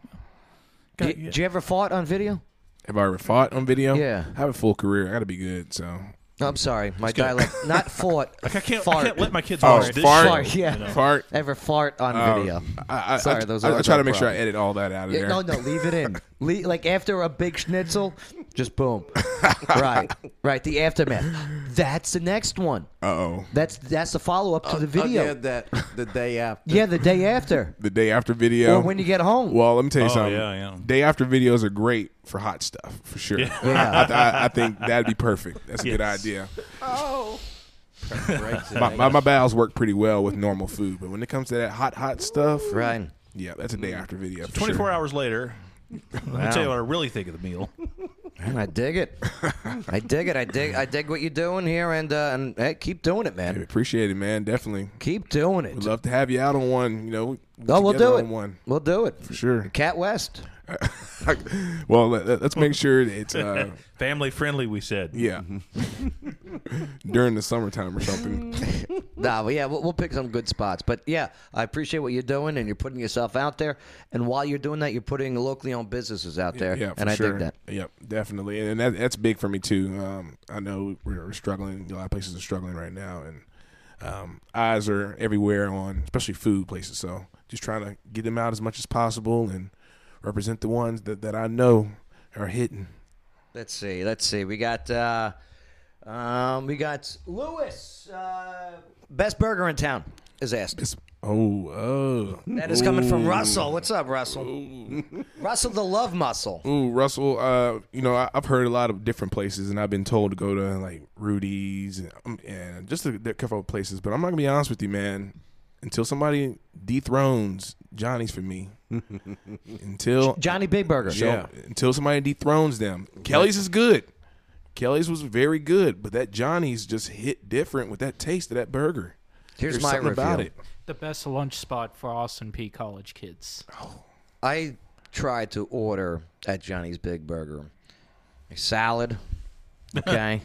Speaker 1: Did you ever fought on video?
Speaker 7: Have I ever fought on video?
Speaker 1: Yeah.
Speaker 7: I have a full career. I got to be good. So.
Speaker 1: I'm sorry, my dialect. Not fought.
Speaker 5: Like I can't- I
Speaker 1: fart.
Speaker 5: can't let my kids
Speaker 7: Oh,
Speaker 5: watch this
Speaker 7: fart.
Speaker 5: show,
Speaker 1: Fart, yeah.
Speaker 5: you know.
Speaker 7: Fart.
Speaker 1: Ever fart on
Speaker 7: Um,
Speaker 1: video.
Speaker 7: I- I-
Speaker 1: sorry,
Speaker 7: I-
Speaker 1: those
Speaker 7: I-
Speaker 1: are
Speaker 7: I try to
Speaker 1: no
Speaker 7: make sure I
Speaker 1: problem.
Speaker 7: edit all that out of there.
Speaker 1: No, no, leave it in. Le- like after a big schnitzel, just boom. right, right. The aftermath. That's the next one.
Speaker 7: Uh oh.
Speaker 1: That's that's the follow up to the video.
Speaker 4: yeah, that the day after.
Speaker 1: Yeah, the day after.
Speaker 7: The day after video.
Speaker 1: Or when you get home.
Speaker 7: Well, let me tell you
Speaker 1: Oh,
Speaker 7: something.
Speaker 1: yeah, yeah.
Speaker 7: Day after videos are great for hot stuff, for sure.
Speaker 1: Yeah. Yeah.
Speaker 7: I, I, I think that'd be perfect. That's a good
Speaker 1: Yes.
Speaker 7: idea.
Speaker 1: Oh.
Speaker 7: my, my, my bowels work pretty well with normal food, but when it comes to that hot, hot stuff,
Speaker 1: right?
Speaker 7: Yeah, that's a day after video. for
Speaker 5: Mm. Twenty four
Speaker 7: sure.
Speaker 5: hours later. Let
Speaker 7: Wow.
Speaker 5: me tell you what I really think of the meal.
Speaker 1: Man, I dig it. I dig it. I dig. I dig what you're doing here, and uh, and hey, keep doing it, man.
Speaker 7: Appreciate it, man. Definitely.
Speaker 1: Keep doing it.
Speaker 7: We'd love to have you out on one. You know, we-
Speaker 1: Oh, we'll
Speaker 7: together
Speaker 1: do
Speaker 7: on
Speaker 1: it.
Speaker 7: One
Speaker 1: We'll do it
Speaker 7: for sure.
Speaker 1: Cat West.
Speaker 7: well, let, let- let's make sure that it's uh,
Speaker 5: Family friendly, we said.
Speaker 7: yeah during the summertime or something.
Speaker 1: nah, but yeah, we'll, we'll pick some good spots. But yeah, I appreciate what you're doing, and you're putting yourself out there. And while you're doing that, you're putting locally owned businesses out there.
Speaker 7: Yeah, for
Speaker 1: and I dig
Speaker 7: sure.
Speaker 1: that.
Speaker 7: Yep, definitely, and that, that's big for me too. Um, I know we're, we're struggling. A lot of places are struggling right now, and um, eyes are everywhere on, especially food places. So just trying to get them out as much as possible and represent the ones that, that I know are hitting.
Speaker 1: Let's see. Let's see. We got uh, um, we got Lewis. Uh, best burger in town is asked.
Speaker 7: Oh, oh,
Speaker 1: That is coming from
Speaker 7: Ooh.
Speaker 1: Russell. What's up, Russell? Russell, the love muscle.
Speaker 7: Ooh, Russell. Uh, you know, I, I've heard a lot of different places, and I've been told to go to like Rudy's and, um, and just a, a couple of places. But I'm not gonna be honest with you, man. Until somebody dethrones Johnny's for me, until
Speaker 1: Johnny Big Burger.
Speaker 7: yeah, until somebody dethrones them. Kelly's is good. Kelly's was very good, but that Johnny's just hit different with that taste of that burger.
Speaker 1: Here's
Speaker 7: There's
Speaker 1: my
Speaker 7: something about
Speaker 1: review.
Speaker 7: it.
Speaker 6: The best lunch spot for Austin P college kids.
Speaker 1: Oh, I tried to order at Johnny's Big Burger a salad. Okay.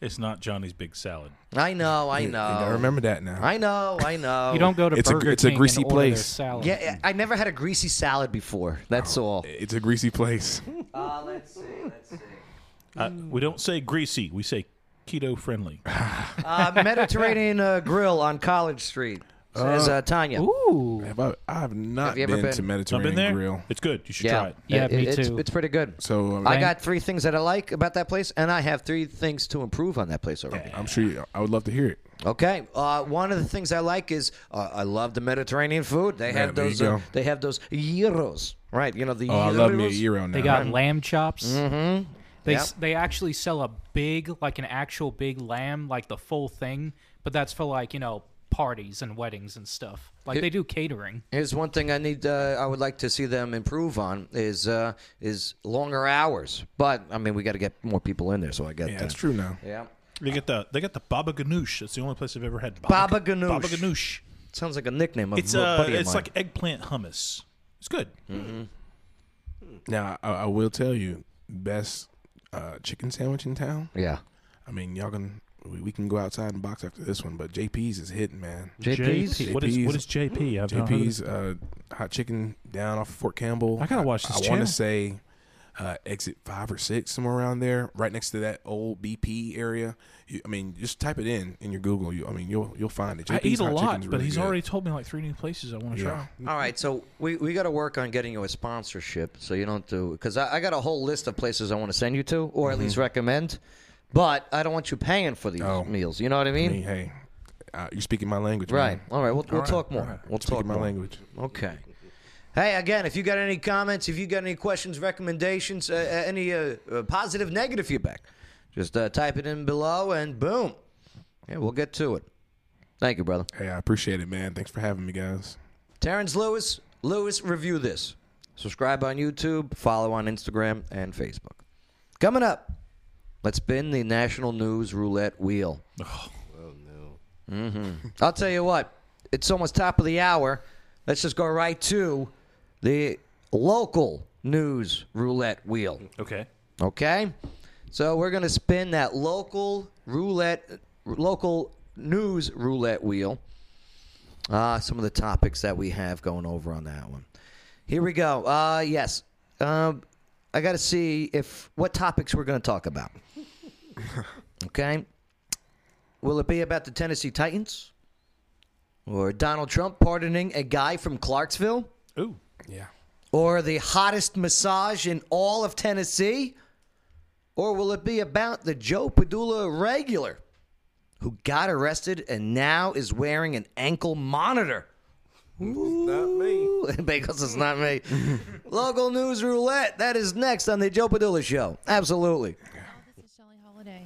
Speaker 5: It's not Johnny's big salad.
Speaker 1: I know, I
Speaker 5: You- you
Speaker 1: know.
Speaker 5: gotta
Speaker 7: remember that now.
Speaker 1: I know, I know.
Speaker 5: You don't go to It's a- Burger it's a King and greasy order their place. salad.
Speaker 1: Yeah, I I never had a greasy salad before. That's all.
Speaker 7: Oh, It's a greasy place.
Speaker 1: Uh, let's see. Let's see.
Speaker 5: Uh, we don't say greasy. We say keto friendly.
Speaker 7: Ah,
Speaker 1: Uh, Mediterranean uh, Grill on College Street says uh, Tanya.
Speaker 6: Ooh.
Speaker 7: Have I, I have not
Speaker 1: Have you ever
Speaker 7: been,
Speaker 1: been?
Speaker 7: to
Speaker 1: Not
Speaker 7: Mediterranean
Speaker 5: there?
Speaker 7: Grill.
Speaker 5: It's good. You should
Speaker 1: Yeah.
Speaker 5: try it.
Speaker 1: Yeah, It- me it's- too. it's pretty good.
Speaker 7: So uh,
Speaker 1: I got three things that I like about that place, and I have three things to improve on that place already.
Speaker 7: I'm sure you, I would love to hear it.
Speaker 1: Okay, uh, one of the things I like is uh, I love the Mediterranean food. They
Speaker 7: Yeah,
Speaker 1: have
Speaker 7: there you
Speaker 1: those. Uh,
Speaker 7: go.
Speaker 1: they have those gyros, right? You know the.
Speaker 7: Oh, I love me a gyro now.
Speaker 6: They got
Speaker 1: Right.
Speaker 6: lamb chops.
Speaker 1: Mhm.
Speaker 6: They
Speaker 1: Yep.
Speaker 6: s- they actually sell a big like an actual big lamb like the full thing, but that's for like you know parties and weddings and stuff. Like
Speaker 1: It-
Speaker 6: they do catering.
Speaker 1: Here's one thing I need. Uh, I would like to see them improve on is uh, is longer hours. But I mean, we got to get more people in there, so I got.
Speaker 5: Yeah,
Speaker 1: that.
Speaker 5: that's true now.
Speaker 1: Yeah.
Speaker 5: They got the they got the baba ganoush. That's the only place I've ever had
Speaker 1: Baba ganoush.
Speaker 5: Baba ganoush.
Speaker 1: Sounds like a nickname of
Speaker 5: It's
Speaker 1: a
Speaker 5: uh,
Speaker 1: buddy of
Speaker 5: it's
Speaker 1: mine.
Speaker 5: like eggplant hummus. It's good.
Speaker 1: Mm-hmm.
Speaker 7: Now, I, I will tell you, best uh, chicken sandwich in town.
Speaker 1: Yeah.
Speaker 7: I mean, y'all can we, we can go outside and box after this one, but JP's is hitting, man.
Speaker 5: JP's? What is- what is JP? I've not heard of
Speaker 7: JP's uh, hot chicken down off of Fort Campbell.
Speaker 5: I gotta watch this
Speaker 7: I, I
Speaker 5: channel.
Speaker 7: want to say uh, exit five or six somewhere around there, right next to that old BP area. You, I mean, just type it in in your Google. You, I mean, you'll you'll find it.
Speaker 5: I
Speaker 7: JP's
Speaker 5: eat a
Speaker 7: hot
Speaker 5: lot,
Speaker 7: chicken's
Speaker 5: but
Speaker 7: really
Speaker 5: he's
Speaker 7: good.
Speaker 5: already told me like three new places I want to
Speaker 7: Yeah.
Speaker 5: try.
Speaker 1: All right, so we, we got to work on getting you a sponsorship so you don't do because I, I got a whole list of places I want to send you to or at least recommend, But I don't want you paying for these meals. You know what I mean?
Speaker 7: hey, uh, you're speaking my language.
Speaker 1: Right.
Speaker 7: man.
Speaker 1: All right. We'll, we'll
Speaker 7: All right,
Speaker 1: talk more.
Speaker 7: all right.
Speaker 1: We'll
Speaker 7: Speaking
Speaker 1: talk
Speaker 7: my
Speaker 1: more.
Speaker 7: language.
Speaker 1: Okay. Hey, again, if you got any comments, if you got any questions, recommendations, uh, uh, any uh, uh, positive, negative feedback, just uh, type it in below and boom. Yeah, we'll get to it. Thank you, brother.
Speaker 7: Hey, I appreciate it, man. Thanks for having me, guys.
Speaker 1: Terrence Lewis, Lewis Review This. Subscribe on YouTube, follow on Instagram and Facebook. Coming up, let's spin the national news roulette wheel. hmm I'll tell you what, it's almost top of the hour. Let's just go right to the local news roulette wheel.
Speaker 5: Okay.
Speaker 1: Okay? So we're going to spin that local roulette, local news roulette wheel. Uh, some of the topics that we have going over on that one. Here we go. Uh, yes. Um, I got to see if what topics we're going to talk about. Okay. Will it be about the Tennessee Titans? Or Donald Trump pardoning a guy from Clarksville?
Speaker 5: Ooh.
Speaker 7: Yeah.
Speaker 1: Or the hottest massage in all of Tennessee? Or will it be about the Joe Padula regular who got arrested and now is wearing an ankle monitor? Not me. because it's not me. Local news roulette. That is next on the Joe Padula show. Absolutely.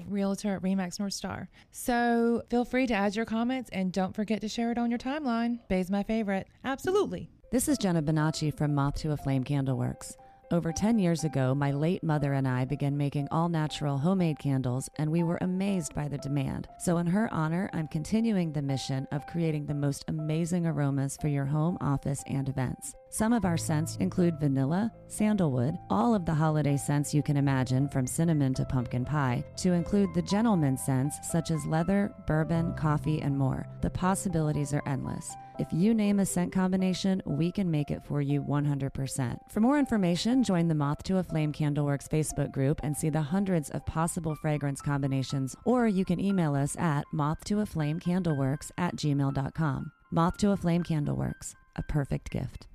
Speaker 18: Realtor at Remax North Star. So feel free to add your comments and don't forget to share it on your timeline. Bay's my favorite. Absolutely.
Speaker 19: This is Jenna Bonacci from Moth to a Flame Candleworks. Over 10 years ago, my late mother and I began making all natural homemade candles, and we were amazed by the demand. So, in her honor, I'm continuing the mission of creating the most amazing aromas for your home, office, and events. Some of our scents include vanilla, sandalwood, all of the holiday scents you can imagine, from cinnamon to pumpkin pie, to include the gentleman scents such as leather, bourbon, coffee, and more. The possibilities are endless. If you name a scent combination, we can make it for you 100%. For more information, join the Moth to a Flame Candleworks Facebook group and see the hundreds of possible fragrance combinations, or you can email us at moth to a flame candleworks at gmail.com. Moth to a Flame Candleworks, a perfect gift.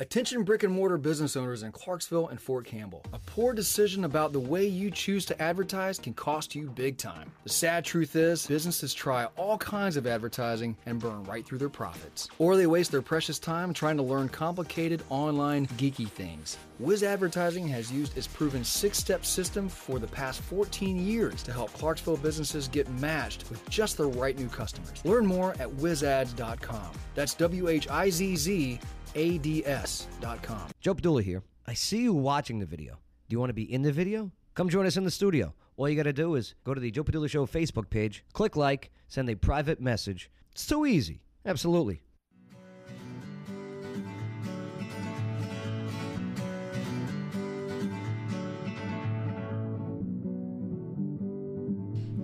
Speaker 20: Attention brick and mortar business owners in Clarksville and Fort Campbell. A poor decision about the way you choose to advertise can cost you big time. The sad truth is, businesses try all kinds of advertising and burn right through their profits. Or they waste their precious time trying to learn complicated online geeky things. Wiz Advertising has used its proven six step system for the past 14 years to help Clarksville businesses get matched with just the right new customers. Learn more at wizads.com. That's W H I Z Z ads.com.
Speaker 16: Joe Padula here.
Speaker 20: I
Speaker 16: see you watching the video. Do you want to be in the video? Come join us in the studio. All you got to do is go to the Joe Padula Show Facebook page, click like, send a private message. It's too easy. Absolutely.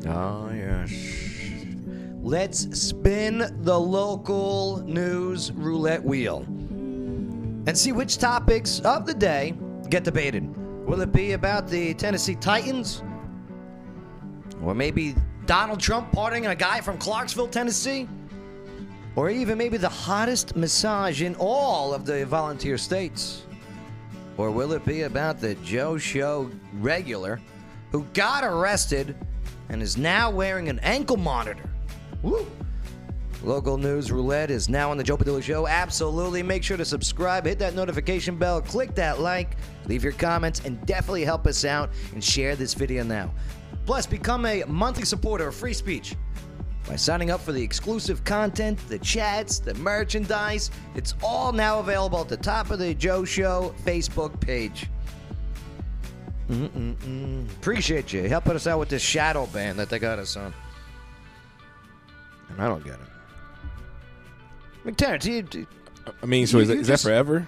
Speaker 1: Oh, yes. Let's spin the local news roulette wheel and see which topics of the day get debated. Will it be about the Tennessee Titans? Or maybe Donald Trump pardoning a guy from Clarksville, Tennessee? Or even maybe the hottest massage in all of the volunteer states? Or will it be about the Joe Show regular who got arrested and is now wearing an ankle monitor? Woo! Local news roulette is now on the Joe Padula Show. Absolutely. Make sure to subscribe, hit that notification bell, click that like, leave your comments, and definitely help us out and share this video now. Plus, become a monthly supporter of free speech by signing up for the exclusive content, the chats, the merchandise. It's all now available at the top of the Joe Show Facebook page. Mm-mm-mm. Appreciate you helping us out with this shadow band that they got us on. And I don't get it. McTerrance, you, you-
Speaker 7: I mean, so is,
Speaker 1: you
Speaker 7: that, is
Speaker 1: just-
Speaker 7: that forever?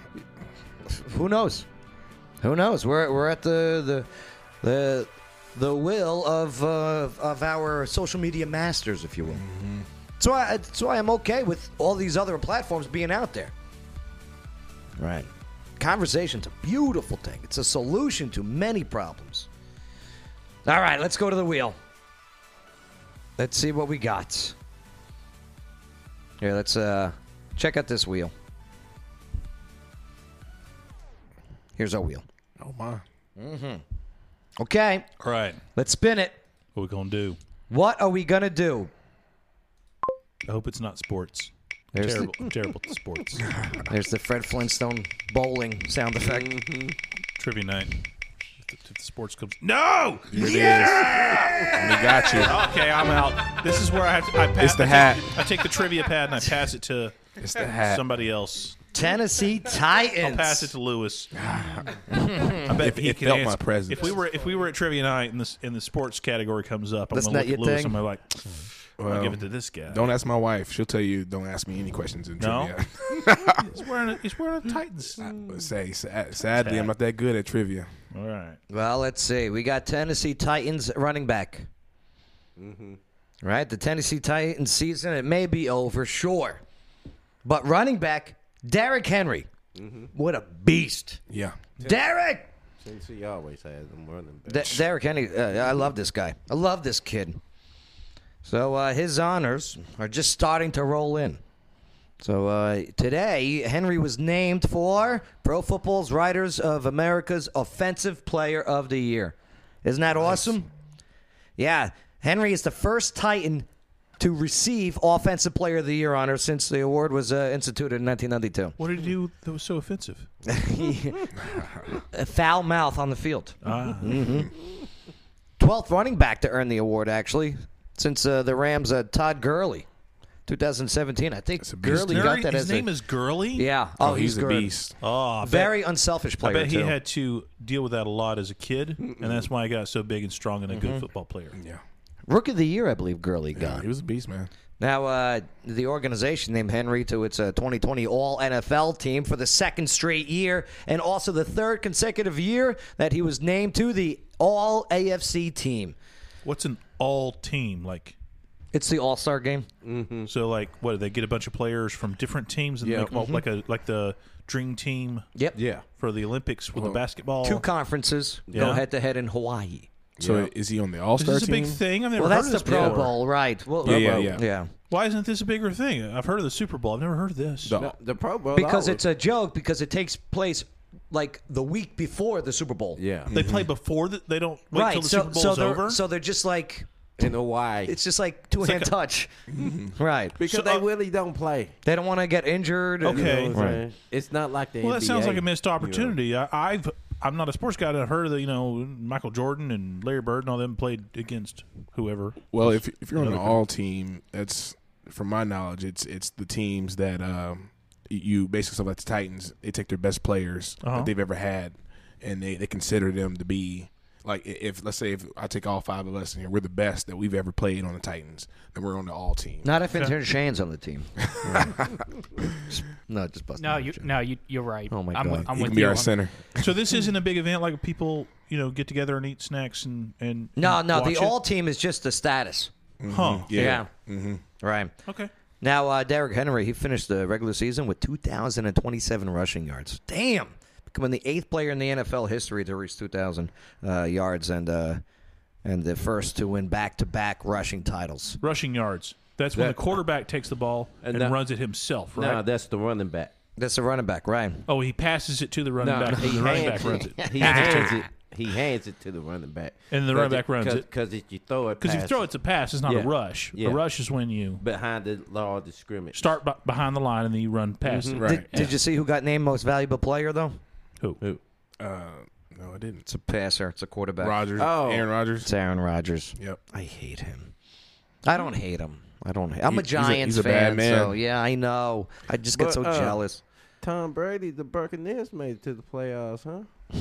Speaker 1: Who knows? Who knows? We're we're at the the the the will of uh, of our social media masters, if you will.
Speaker 7: Mm-hmm.
Speaker 1: That's why that's why I'm okay with all these other platforms being out there. Right. Conversation's a beautiful thing. It's a solution to many problems. All right, let's go to the wheel. Let's see what we got. Here, let's uh, check out this wheel. Here's our wheel.
Speaker 7: Oh my. Oh,
Speaker 1: Mm-hmm. Okay.
Speaker 5: All right.
Speaker 1: Let's spin it.
Speaker 5: What we gonna do?
Speaker 1: What are we gonna do?
Speaker 5: I hope it's not sports.
Speaker 1: There's the-
Speaker 5: terrible, terrible at sports.
Speaker 1: There's the Fred Flintstone bowling sound effect.
Speaker 5: Mm-hmm. Trivia night. If the, if the sports comes, no.
Speaker 7: Here it is.
Speaker 5: Yeah!
Speaker 7: We got you.
Speaker 5: Okay, I'm out. This is where I have to. I pass,
Speaker 7: It's the
Speaker 5: I take-
Speaker 7: hat.
Speaker 5: I take the trivia pad and I pass it to. It's
Speaker 7: the hat.
Speaker 5: Somebody else.
Speaker 1: Tennessee Titans.
Speaker 5: I'll pass it to Lewis. I bet
Speaker 7: It-
Speaker 5: he
Speaker 7: it
Speaker 5: can
Speaker 7: felt
Speaker 5: answer.
Speaker 7: my presence.
Speaker 5: If we were if we were at trivia night and this and the sports category comes up, I'm
Speaker 7: That's
Speaker 5: gonna look
Speaker 7: not
Speaker 5: at
Speaker 7: your
Speaker 5: Lewis
Speaker 7: thing?
Speaker 5: and I'm like,
Speaker 7: Well,
Speaker 5: I'll give it to this guy.
Speaker 7: Don't ask my wife. She'll tell you, don't ask me any questions in
Speaker 5: No?
Speaker 7: trivia.
Speaker 5: He's wearing a, he's
Speaker 1: Hmm.
Speaker 5: wearing a Titans.
Speaker 1: Uh,
Speaker 7: Say, sad, sadly, I'm not that good at trivia.
Speaker 5: All right.
Speaker 1: Well, let's see. We got Tennessee Titans running back. Right? The Tennessee Titans season, it may be over, sure. But running back, Derrick Henry.
Speaker 4: Mm. Mm-hmm.
Speaker 1: What a beast.
Speaker 7: Yeah.
Speaker 1: Derrick!
Speaker 4: Since he always has them running back.
Speaker 1: De- Derrick Henry, uh, I love this guy. I love this kid. So uh, his honors are just starting to roll in. So uh, today, Henry was named for Pro Football's Writers of America's Offensive Player of the Year. Isn't that awesome? Yeah, Henry is the first Titan to receive Offensive Player of the Year honor since the award was uh, instituted in 1992.
Speaker 5: What did he do that was so offensive?
Speaker 1: A foul mouth on the field.
Speaker 5: Mm-hmm.
Speaker 1: Mhm. 12th running back to earn the award, actually, since uh, the Rams' uh, Todd Gurley. 2017, I think Gurley got that
Speaker 5: His
Speaker 1: as
Speaker 5: name
Speaker 1: a,
Speaker 5: is Gurley.
Speaker 1: Yeah. Oh, Oh, he's he's a good. beast.
Speaker 5: Oh, I bet-
Speaker 1: Very unselfish player,
Speaker 5: I bet
Speaker 1: too.
Speaker 5: he had to deal with that a lot as a kid, and that's why he got so big and strong and a good
Speaker 1: Mhm.
Speaker 5: football player.
Speaker 7: Yeah.
Speaker 1: Rookie of the Year, I believe Gurley got.
Speaker 7: he was a beast, man.
Speaker 1: Now, uh, the organization named Henry to its uh, 2020 All NFL team for the second straight year, and also the third consecutive year that he was named to the All AFC team.
Speaker 5: What's an all team like?
Speaker 1: It's the All Star game.
Speaker 5: Mm-hmm. So, like, what they get a bunch of players from different teams and
Speaker 1: Yeah.
Speaker 5: make them all
Speaker 1: Mhm.
Speaker 5: like a like the dream team.
Speaker 1: Yep.
Speaker 7: Yeah.
Speaker 5: For the Olympics with
Speaker 7: Well,
Speaker 5: the basketball.
Speaker 1: Two conferences go
Speaker 5: Yeah.
Speaker 1: head to head in Hawaii.
Speaker 7: So is he on the All Star
Speaker 5: Is
Speaker 7: team?
Speaker 5: this a big thing? I've never
Speaker 1: well,
Speaker 5: heard
Speaker 1: that's
Speaker 5: of
Speaker 1: the
Speaker 5: this
Speaker 1: Pro
Speaker 5: before.
Speaker 1: Bowl, right? Well,
Speaker 5: Yeah,
Speaker 1: uh,
Speaker 5: yeah,
Speaker 1: well,
Speaker 5: yeah. Why isn't this a bigger thing? I've heard of the Super Bowl. I've never heard of this.
Speaker 1: The-
Speaker 4: Pro Bowl oh.
Speaker 1: Because
Speaker 4: always-
Speaker 1: it's a joke. Because it takes place like the week before the Super Bowl. Mm-hmm.
Speaker 4: Yeah.
Speaker 5: They
Speaker 7: Mm-hmm.
Speaker 5: play before the, they don't wait
Speaker 1: right.
Speaker 5: till the
Speaker 1: so,
Speaker 5: Super Bowl
Speaker 1: so
Speaker 5: is
Speaker 1: they're
Speaker 5: over.
Speaker 1: so they're just like
Speaker 4: in Hawaii.
Speaker 1: It's just like two hand
Speaker 4: like a-
Speaker 1: touch, right?
Speaker 4: Because
Speaker 5: uh,
Speaker 4: they really don't play.
Speaker 1: They don't want to get injured. and-
Speaker 4: You know what I'm saying? It's not like the
Speaker 5: well, that sounds
Speaker 4: NBA,
Speaker 5: like a missed
Speaker 4: you know.
Speaker 5: opportunity. I, I've I'm not a sports guy. I heard that you know Michael Jordan and Larry Bird and all them played against whoever.
Speaker 7: Well, if if you're on an
Speaker 5: Another-
Speaker 7: all team, that's from my knowledge, it's it's the teams that um you basically stuff like the Titans, they take their best players
Speaker 5: Uh-huh.
Speaker 7: that they've ever had, and they they consider them to be like i- if let's say if I take all five of us and we're the best that we've ever played on the Titans, then we're on the all team.
Speaker 1: Not if Intern Shane's on the team. no, just busting.
Speaker 6: No, you no, you you're right.
Speaker 1: Oh my
Speaker 6: I'm
Speaker 1: God.
Speaker 6: With, I'm
Speaker 1: He
Speaker 6: with
Speaker 1: can be
Speaker 6: you
Speaker 1: our
Speaker 6: on-
Speaker 1: center.
Speaker 5: so this isn't a big event like people you know get together and eat snacks and and
Speaker 1: No, no,
Speaker 5: watch
Speaker 1: the
Speaker 5: it?
Speaker 1: all team is just the status.
Speaker 5: Huh.
Speaker 1: Yeah.
Speaker 5: Yeah.
Speaker 1: Mm-hmm. Right.
Speaker 5: Okay.
Speaker 1: Now, uh, Derrick Henry, he finished the regular season with 2,027 rushing yards. Damn. Becoming the eighth player in the NFL history to reach 2,000 uh, yards and uh, and the first to win back to back rushing titles.
Speaker 5: rushing yards. That's when
Speaker 1: That-
Speaker 5: the quarterback takes the ball and,
Speaker 1: that-
Speaker 5: runs it himself, right?
Speaker 4: No, that's the running back.
Speaker 1: That's the running back, right?
Speaker 5: oh, he passes it to the running
Speaker 4: No,
Speaker 5: back.
Speaker 4: he
Speaker 5: and the running back
Speaker 4: hands
Speaker 5: runs
Speaker 4: it.
Speaker 5: it.
Speaker 4: He hands it. He hands it to the running back,
Speaker 5: And the running back runs it.
Speaker 4: because if you throw it,
Speaker 5: 'Cause if you throw it's a pass, it's not a rush. A rush is when you
Speaker 4: behind the law of the scrimmage.
Speaker 5: Start b- behind the line and then you run past it.
Speaker 1: Did, did you see who got named most valuable player, though?
Speaker 5: Who?
Speaker 4: Who?
Speaker 7: Uh, no, I didn't.
Speaker 1: It's a passer. It's a quarterback.
Speaker 7: Rodgers. Oh. Aaron Rodgers.
Speaker 1: It's Aaron Rodgers.
Speaker 7: Yep.
Speaker 1: I hate him. I don't hate him. I don't. Hate, I'm
Speaker 7: He-
Speaker 1: a
Speaker 7: he's a-
Speaker 1: Giants
Speaker 7: he's a bad
Speaker 1: fan,
Speaker 7: man.
Speaker 1: so yeah, I know. I just get
Speaker 4: But,
Speaker 1: so
Speaker 4: uh,
Speaker 1: jealous.
Speaker 4: Tom Brady, the Buccaneers made it to the playoffs, huh?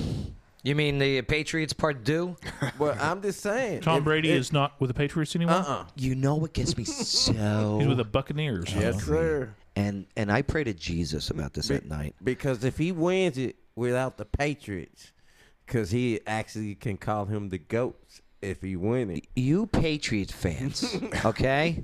Speaker 1: You mean the Patriots part due?
Speaker 4: Well, I'm just saying.
Speaker 5: Tom
Speaker 4: if
Speaker 5: Brady
Speaker 4: it-
Speaker 5: is not with the Patriots anymore.
Speaker 4: Uh-uh.
Speaker 1: You know what gets me so?
Speaker 5: He's with the Buccaneers.
Speaker 4: Yes, sir.
Speaker 1: Mm-hmm. And and I pray to Jesus about this at night.
Speaker 4: Because if he wins it without the Patriots, because he actually can call him the GOAT if he wins it.
Speaker 1: You Patriots fans, okay?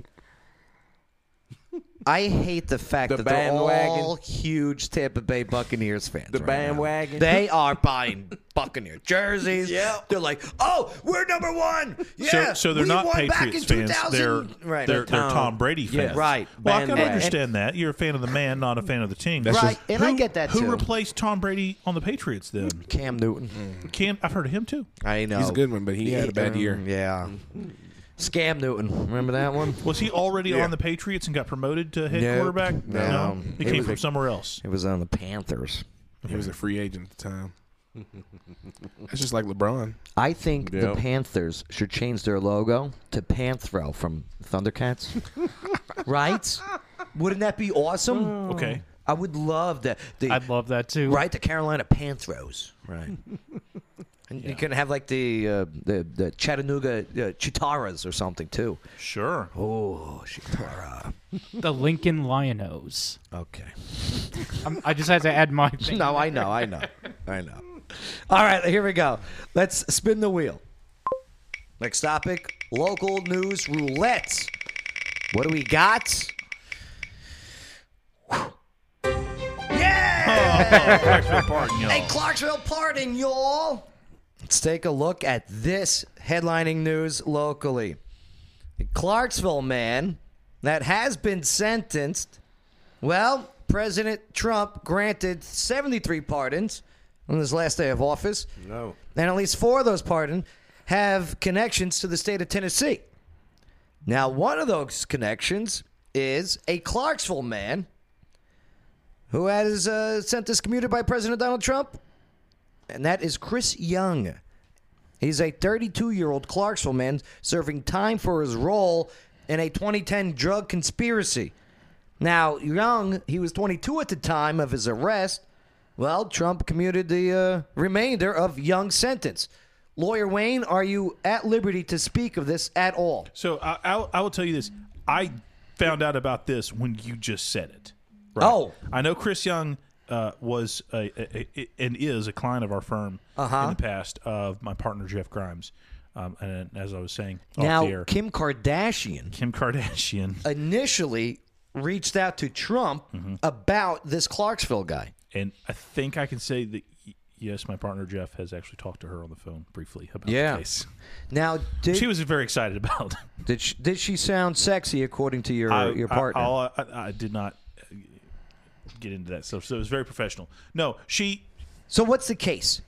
Speaker 1: I hate the fact
Speaker 4: The
Speaker 1: that they're
Speaker 4: bandwagon.
Speaker 1: all huge Tampa Bay Buccaneers fans. The
Speaker 4: bandwagon.
Speaker 1: They are buying Buccaneer jerseys. Yeah. They're like, oh, we're number one. Yeah.
Speaker 5: so, so they're
Speaker 1: we
Speaker 5: not
Speaker 1: won
Speaker 5: Patriots
Speaker 1: back in
Speaker 5: fans.
Speaker 1: 2000.
Speaker 5: They're
Speaker 1: right.
Speaker 5: they're, they're Tom Brady fans.
Speaker 1: Yes. Right.
Speaker 5: Well, I can
Speaker 1: Bandwagon.
Speaker 5: understand that. You're a fan of the man, not a fan of the team.
Speaker 1: That's Right, just- and I get that
Speaker 5: Who
Speaker 1: too. Mm,
Speaker 5: replaced Tom Brady on the Patriots then? Mm.
Speaker 1: Cam Newton.
Speaker 5: Cam, I've heard of him too.
Speaker 1: I know.
Speaker 5: He's a good one,
Speaker 7: but he had a bad year.
Speaker 1: Yeah. Scam Newton. Remember that one?
Speaker 5: Was he already on the Patriots and got promoted to head quarterback?
Speaker 1: No. Um,
Speaker 5: he
Speaker 1: It
Speaker 5: came
Speaker 1: was
Speaker 5: from
Speaker 1: a-
Speaker 5: somewhere else.
Speaker 1: It was on the Panthers.
Speaker 7: He was a free agent at the time. That's just like LeBron.
Speaker 1: I think
Speaker 7: Yep.
Speaker 1: the Panthers should change their logo to Panthro from Thundercats. right? Wouldn't that be awesome?
Speaker 5: Okay.
Speaker 1: I would love that. The, I'd
Speaker 6: love that too.
Speaker 1: Right? The Carolina Panthros. Right. And You can have like the uh, the, the Chattanooga uh, Chitaras or something too.
Speaker 5: Sure.
Speaker 1: Oh, Chitara.
Speaker 6: the Lincoln Lionos.
Speaker 1: Okay.
Speaker 6: I'm, I just had to add my thing.
Speaker 1: No, I know, I know, I know. All right, here we go. Let's spin the wheel. Next topic local news roulette. What do we got?
Speaker 5: Clarksville Pardon, y'all.
Speaker 1: Hey, Clarksville Pardon, y'all. Let's take a look at this headlining news locally. A Clarksville man that has been sentenced. Well, President Trump granted 73 pardons on his last day of office.
Speaker 4: No.
Speaker 1: And at least four of those pardons have connections to the state of Tennessee. Now, one of those connections is a Clarksville man who has uh, sentence commuted by President Donald Trump, and that is Chris Young. He's a 32 year old Clarksville man serving time for his role in a 2010 drug conspiracy. Now, Young, he was 22 at the time of his arrest. Well, Trump commuted the uh, remainder of Young's sentence. Lawyer Wayne, are you at liberty to speak of this at all?
Speaker 5: So I, I, I will tell you this: I found out about this when you just said it.
Speaker 1: Oh.
Speaker 5: I know Chris Young uh, was a, a, a- and is a client of our firm
Speaker 1: Uh-huh.
Speaker 5: in the past of my partner Jeff Grimes. Um, and as I was saying, off the
Speaker 1: Now,
Speaker 5: air,
Speaker 1: Kim Kardashian.
Speaker 5: Oh, Kim Kardashian.
Speaker 1: Initially reached out to Trump about this Clarksville guy.
Speaker 5: Mm-hmm. And I think I can say that y- yes, my partner Jeff has actually talked to her on the phone briefly about
Speaker 1: Yeah.
Speaker 5: the case.
Speaker 1: Now, did,
Speaker 5: she was very excited about.
Speaker 1: Did she, did she sound sexy according to your
Speaker 5: I,
Speaker 1: your
Speaker 5: I-
Speaker 1: partner?
Speaker 5: all I, I, I did not uh, get into that stuff, so it was very professional. No, she.
Speaker 1: So what's the case?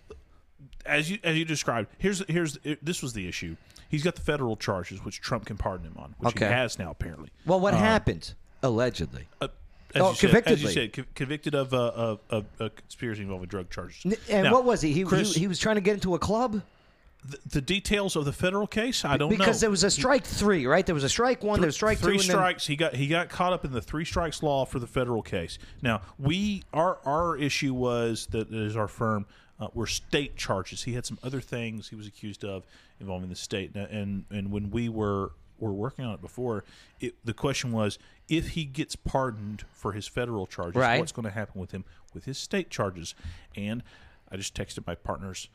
Speaker 5: As you as you described, here's here's this was the issue. He's got the federal charges, which Trump can pardon him on, which
Speaker 1: Okay.
Speaker 5: he has now apparently.
Speaker 1: well, what
Speaker 5: Um,
Speaker 1: happened allegedly?
Speaker 5: Uh, as
Speaker 1: Oh,
Speaker 5: you said, as you
Speaker 1: convictedly.
Speaker 5: said, co- convicted of uh, of, of, of conspiracy involving drug charges.
Speaker 1: N- and
Speaker 5: Now,
Speaker 1: what was he? He,
Speaker 5: Chris,
Speaker 1: he? he was trying to get into a club
Speaker 5: the, the details of the federal case. I don't know
Speaker 1: because there was a strike three, right? There was a strike one, there was strike
Speaker 5: three
Speaker 1: two, and then-
Speaker 5: strikes. He got he got caught up in the three strikes law for the federal case. Now we our our issue was that is our firm uh, were state charges. He had some other things he was accused of involving the state, and and, and when we were were working on it before, it, the question was if he gets pardoned for his federal charges,
Speaker 1: Right.
Speaker 5: what's going to happen with him with his state charges? And I just texted my partners.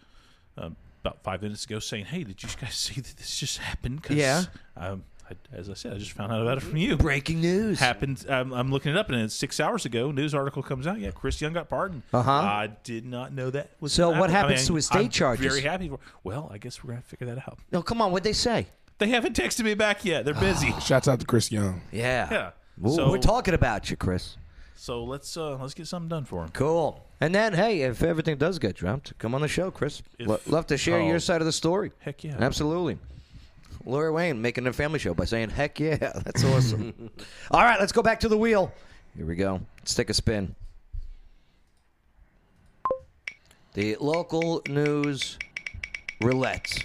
Speaker 5: Um, about five minutes ago, saying, "Hey, did you guys see that this just happened?" 'Cause
Speaker 1: Yeah.
Speaker 5: um, I, as I said, I just found out about it from you.
Speaker 1: Breaking news
Speaker 5: happened. I'm, I'm looking it up, and it's six hours ago. News article comes out. Yeah, Chris Young got pardoned.
Speaker 1: Uh-huh.
Speaker 5: I did not know that. Was
Speaker 1: So
Speaker 5: gonna
Speaker 1: what
Speaker 5: happen.
Speaker 1: happens to his
Speaker 5: I'm
Speaker 1: state charges?
Speaker 5: Very happy. For, well, I guess we're gonna have to figure that out.
Speaker 1: No, come on, what'd they say?
Speaker 5: They haven't texted me back yet. They're busy.
Speaker 7: Shouts out to Chris Young.
Speaker 1: Yeah,
Speaker 5: Yeah.
Speaker 1: Ooh,
Speaker 5: So-
Speaker 1: we're talking about you, Chris.
Speaker 5: so let's uh, let's get something done for him.
Speaker 1: Cool. And then, hey, if everything does get dropped, come on the show, Chris.
Speaker 5: If-
Speaker 1: Lo- love to share
Speaker 5: oh.
Speaker 1: your side of the story.
Speaker 5: Heck yeah.
Speaker 1: Absolutely. Laura Wayne making a family show by saying, heck yeah. That's awesome. All right, let's go back to the wheel. Here we go. Let's take a spin. The local news roulette.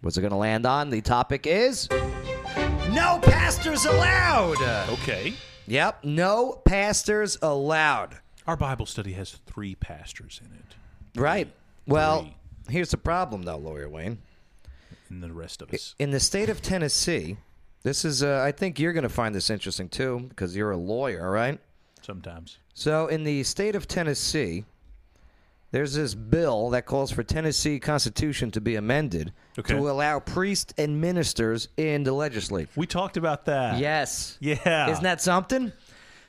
Speaker 1: What's it going to land on? The topic is no pastors allowed.
Speaker 5: Okay.
Speaker 1: Yep, no pastors allowed.
Speaker 5: Our Bible study has three pastors in it,
Speaker 1: Right. Well, here's the problem, though, Lawyer Wayne.
Speaker 5: and the rest of us.
Speaker 1: In the state of Tennessee, this is, uh, I think you're going to find this interesting too, because you're a lawyer, right?
Speaker 5: Sometimes.
Speaker 1: So, in the state of Tennessee, There's this bill that calls for Tennessee Constitution to be amended to allow priests and ministers in the legislature.
Speaker 5: We talked about that.
Speaker 1: Yes.
Speaker 5: Yeah.
Speaker 1: Isn't that something?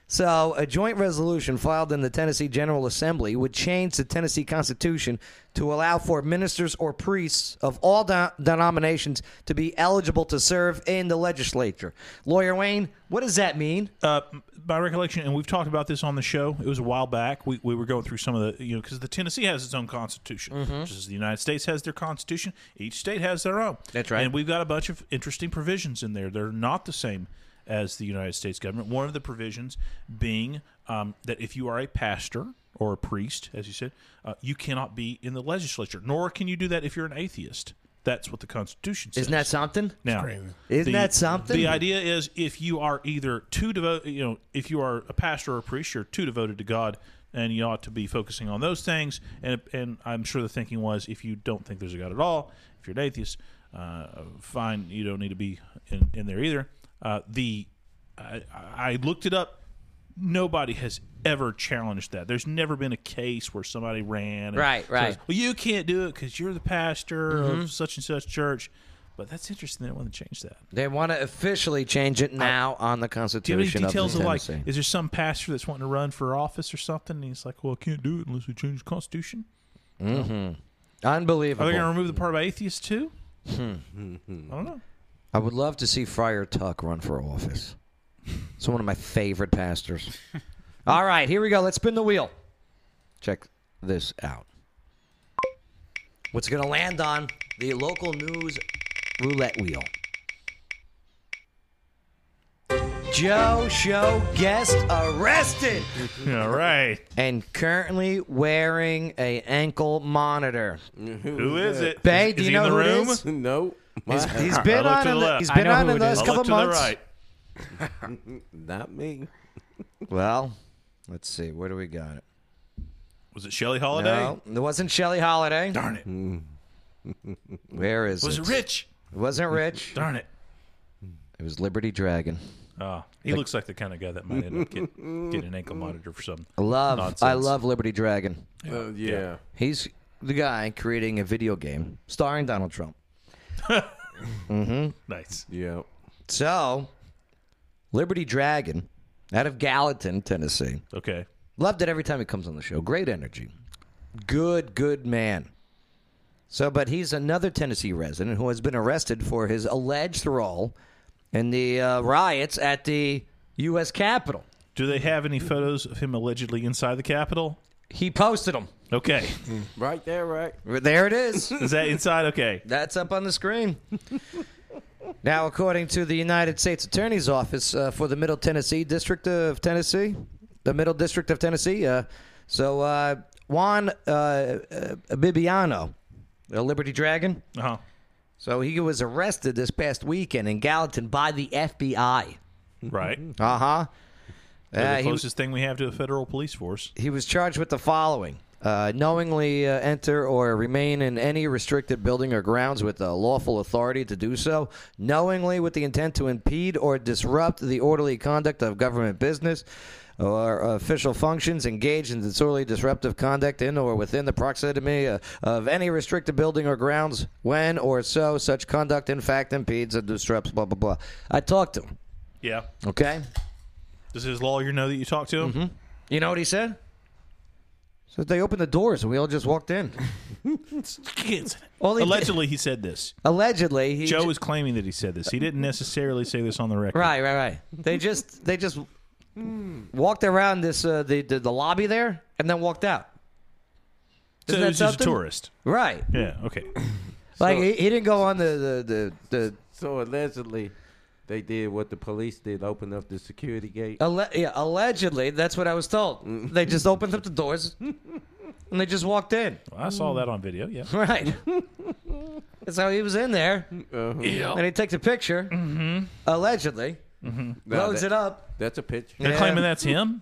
Speaker 1: So, a joint resolution filed in the Tennessee General Assembly would change the Tennessee Constitution to allow for ministers or priests of all de- denominations to be eligible to serve in the legislature. Lawyer Wayne, what does that mean?
Speaker 5: Uh, by recollection, and we've talked about this on the show. It was a while back. We, we were going through some of the you know because the Tennessee has its own constitution, just as the United States has their constitution. Each state has their own. That's right. And we've got a bunch of interesting provisions in there. They're not the same as the United States government. One of the provisions being um, that if you are a pastor or a priest, as you said, uh, you cannot be in the legislature, nor can you do that if you're an atheist. That's what the Constitution says.
Speaker 1: Isn't that something?
Speaker 5: Now,
Speaker 1: Isn't
Speaker 5: the-
Speaker 1: that something?
Speaker 5: The idea is if you are either too devoted, you know, if you are a pastor or a priest, you're too devoted to God, and you ought to be focusing on those things. And and I'm sure the thinking was, if you don't think there's a God at all, if you're an atheist, uh, fine, you don't need to be in, in there either. Uh, the I, I looked it up. Nobody has ever challenged that. There's never been a case where somebody ran, and
Speaker 1: Right, right.
Speaker 5: says, well, you can't do it because you're the pastor
Speaker 1: Mhm.
Speaker 5: of such and such church. But that's interesting. They want to change that.
Speaker 1: They want to officially change it now on the
Speaker 5: Do you have
Speaker 1: Constitution
Speaker 5: any details
Speaker 1: of
Speaker 5: of
Speaker 1: the
Speaker 5: like,
Speaker 1: Tennessee.
Speaker 5: is there some pastor that's wanting to run for office or something? And he's like, well, I can't do it unless we change the Constitution.
Speaker 1: hmm Unbelievable.
Speaker 5: Are they going to remove the part about atheists too?
Speaker 1: Hmm.
Speaker 5: I don't know.
Speaker 1: I would love to see Friar Tuck run for office. It's one of my favorite pastors. All right, here we go. Let's spin the wheel. Check this out. What's going to land on the local news roulette wheel? Joe Show guest arrested.
Speaker 5: All right.
Speaker 1: And currently wearing a ankle monitor.
Speaker 5: Who is it?
Speaker 1: Bay,
Speaker 5: Is-
Speaker 1: do
Speaker 5: is
Speaker 1: you
Speaker 5: he
Speaker 1: know
Speaker 5: in the
Speaker 1: who it
Speaker 5: room?
Speaker 1: is?
Speaker 4: No.
Speaker 1: He's-
Speaker 4: My-
Speaker 1: he's been on in the, he's been on in the last couple of months.
Speaker 4: Not me.
Speaker 1: Well, let's see. Where do we got it?
Speaker 5: Was it Shelly Holiday?
Speaker 1: No, it wasn't Shelly Holiday.
Speaker 5: Darn it.
Speaker 1: Where is
Speaker 5: Was
Speaker 1: it?
Speaker 5: it Rich?
Speaker 1: It wasn't Rich.
Speaker 5: Darn it.
Speaker 1: It was Liberty Dragon.
Speaker 5: Oh, he looks like the kind of guy that might end up get, get an ankle monitor for some
Speaker 1: I love
Speaker 5: nonsense.
Speaker 1: I love Liberty Dragon.
Speaker 5: Uh, yeah. Yeah.
Speaker 1: He's the guy creating a video game starring Donald Trump. mm-hmm.
Speaker 5: Nice.
Speaker 1: Yeah. So, Liberty Dragon out of Gallatin, Tennessee.
Speaker 5: Okay.
Speaker 1: Loved it every time he comes on the show. Great energy. Good, good man. So, but he's another Tennessee resident who has been arrested for his alleged role in the uh, riots at the U.S. Capitol.
Speaker 5: Do they have any photos of him allegedly inside the Capitol?
Speaker 1: He posted them.
Speaker 5: Okay.
Speaker 4: Right there, right.
Speaker 1: There it is.
Speaker 5: Is that inside? Okay.
Speaker 1: That's up on the screen. now, according to the United States Attorney's Office uh, for the Middle Tennessee District of Tennessee, the Middle District of Tennessee, uh, so uh, Juan uh, uh, Bibiano, the Liberty Dragon.
Speaker 5: Uh-huh.
Speaker 1: So he was arrested this past weekend in Gallatin by the FBI.
Speaker 5: Right.
Speaker 1: Uh huh. Uh,
Speaker 5: They're the closest thing we have to a federal police force.
Speaker 1: Ah, He was charged with the following uh, knowingly uh, enter or remain in any restricted building or grounds with a lawful authority to do so, knowingly with the intent to impede or disrupt the orderly conduct of government business. Or official functions engaged in disorderly disruptive conduct in or within the proximity uh, of any restricted building or grounds when or so such conduct in fact impedes or disrupts, blah, blah, blah. I talked to him,
Speaker 5: Yeah.
Speaker 1: okay?
Speaker 5: Does his lawyer know that you talked to him? Mm-hmm.
Speaker 1: You know what he said? So they opened the doors and we all just walked in. Well, he did-
Speaker 5: Allegedly, he said this.
Speaker 1: Allegedly, he
Speaker 5: Joe
Speaker 1: ju-
Speaker 5: is claiming that he said this. He didn't necessarily say this on the record.
Speaker 1: right, right, right. They just they just walked around this uh, the, the the lobby there and then walked out.
Speaker 5: So
Speaker 1: Isn't
Speaker 5: he
Speaker 1: that
Speaker 5: was just a
Speaker 1: something?
Speaker 5: tourist.
Speaker 1: right?
Speaker 5: Yeah. Okay.
Speaker 1: Like he, he didn't go on the the the, the
Speaker 4: So allegedly, they did what the police did: open up the security gate.
Speaker 1: alle- yeah, allegedly. That's what I was told. They just opened up the doors and they just walked in.
Speaker 5: I saw that on video. Yeah.
Speaker 1: Right. That's how he was in there.
Speaker 4: Yeah.
Speaker 1: And he takes a picture,
Speaker 5: Mm-hmm.
Speaker 1: allegedly,
Speaker 4: No,
Speaker 1: loads
Speaker 4: that-
Speaker 1: Mm-hmm. it up.
Speaker 4: That's a picture.
Speaker 1: They're Yeah. claiming that's
Speaker 5: him?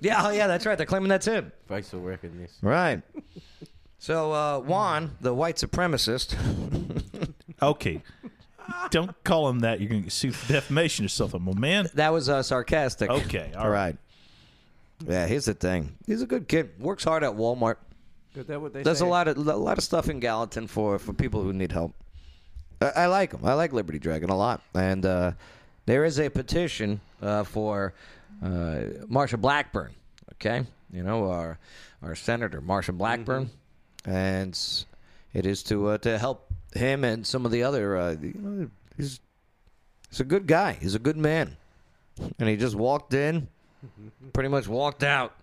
Speaker 1: Yeah, oh yeah, that's right. They're claiming that's him.
Speaker 4: Facial recognition.
Speaker 1: Right. So uh, Juan, the white supremacist,
Speaker 5: Okay. Don't call him that. You're going to get sued for defamation or something, my man.
Speaker 1: that was uh, sarcastic.
Speaker 5: Okay, all
Speaker 1: Yeah, here's the thing. He's a good kid. Works hard at Walmart.
Speaker 4: Is that what they
Speaker 1: There's
Speaker 4: say?
Speaker 1: a lot of a lot of stuff in Gallatin for for people who need help. I, I like them. I like Liberty Dragon a lot, and uh, there is a petition uh, for uh, Marsha Blackburn. Okay, you know our our senator Marsha Blackburn,
Speaker 4: Mm-hmm.
Speaker 1: and s- it is to uh, to help him and some of the other. Uh, you know, he's he's a good guy. He's a good man, and he just walked in,
Speaker 4: Mm-hmm.
Speaker 1: pretty much walked out.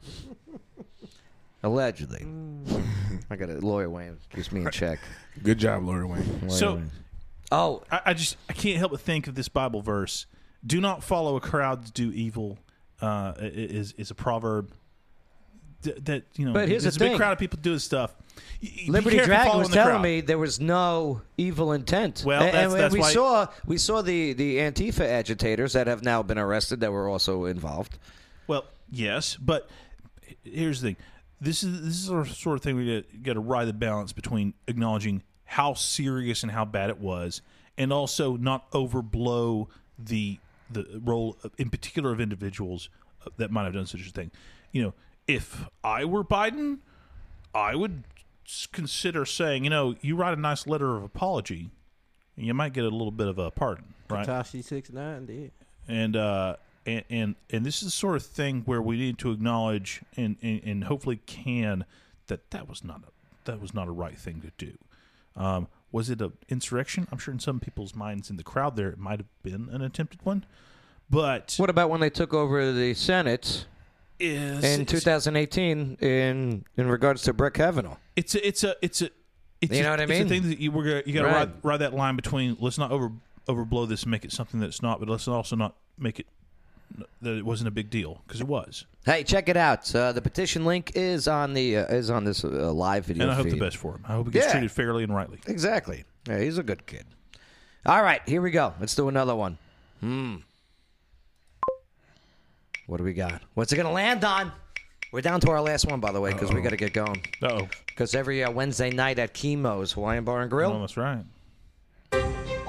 Speaker 1: Allegedly. Mm. I got a lawyer Wayne keeps me in check.
Speaker 7: Good job, lawyer Wayne.
Speaker 5: So,
Speaker 1: oh,
Speaker 5: I, I just I can't help but think of this Bible verse: "Do not follow a crowd to do evil." Uh, i- i- is is a proverb th- that you know?
Speaker 1: But here's the
Speaker 5: there's a
Speaker 1: thing.
Speaker 5: big crowd of people doing stuff. Y- y- be
Speaker 1: Liberty
Speaker 5: careful
Speaker 1: Dragon
Speaker 5: following
Speaker 1: was
Speaker 5: the
Speaker 1: telling
Speaker 5: crowd.
Speaker 1: me there was no evil intent.
Speaker 5: Well,
Speaker 1: A- and,
Speaker 5: that's- that's
Speaker 1: we
Speaker 5: why-
Speaker 1: saw we saw the the Antifa agitators that have now been arrested that were also involved.
Speaker 5: Well, yes, but h- here's the thing: this is this is the sort of thing we got to ride the balance between acknowledging how serious and how bad it was, and also not overblow the the role of, in particular of individuals uh, that might have done such a thing. You know, if I were Biden, I would s- consider saying, you know, you write a nice letter of apology, and you might get a little bit of a pardon, right?
Speaker 4: Takashi six nine did.
Speaker 5: and uh and, and and this is the sort of thing where we need to acknowledge and, and and hopefully can that that was not a that was not a right thing to do um was it an insurrection i'm sure in some people's minds in the crowd there it might have been an attempted one but
Speaker 1: What about when they took over the Senate
Speaker 5: Is-
Speaker 1: in 2018 in in regards to Brett Kavanaugh?
Speaker 5: it's a, it's a it's a it's
Speaker 1: You
Speaker 5: a-
Speaker 1: know what I
Speaker 5: it's a
Speaker 1: mean?
Speaker 5: thing that you we're gonna, you got to
Speaker 1: Right.
Speaker 5: ride, ride that line between let's not over overblow this and make it something that's not, but let's also not make it that it wasn't a big deal because it was.
Speaker 1: Hey, check it out. Uh, the petition link is on the uh, is on this uh, live video.
Speaker 5: and I hope the
Speaker 1: feed.
Speaker 5: best for him. I hope he gets
Speaker 1: Yeah.
Speaker 5: treated fairly and rightly.
Speaker 1: Exactly. Yeah, he's a good kid. All right, here we go. Let's do another one. Hmm. What do we got? What's it going to land on? We're down to our last one, by the way, because we got to get going.
Speaker 5: Oh.
Speaker 1: Because every uh, Wednesday night at Chemo's Hawaiian Bar and Grill.
Speaker 5: that's right.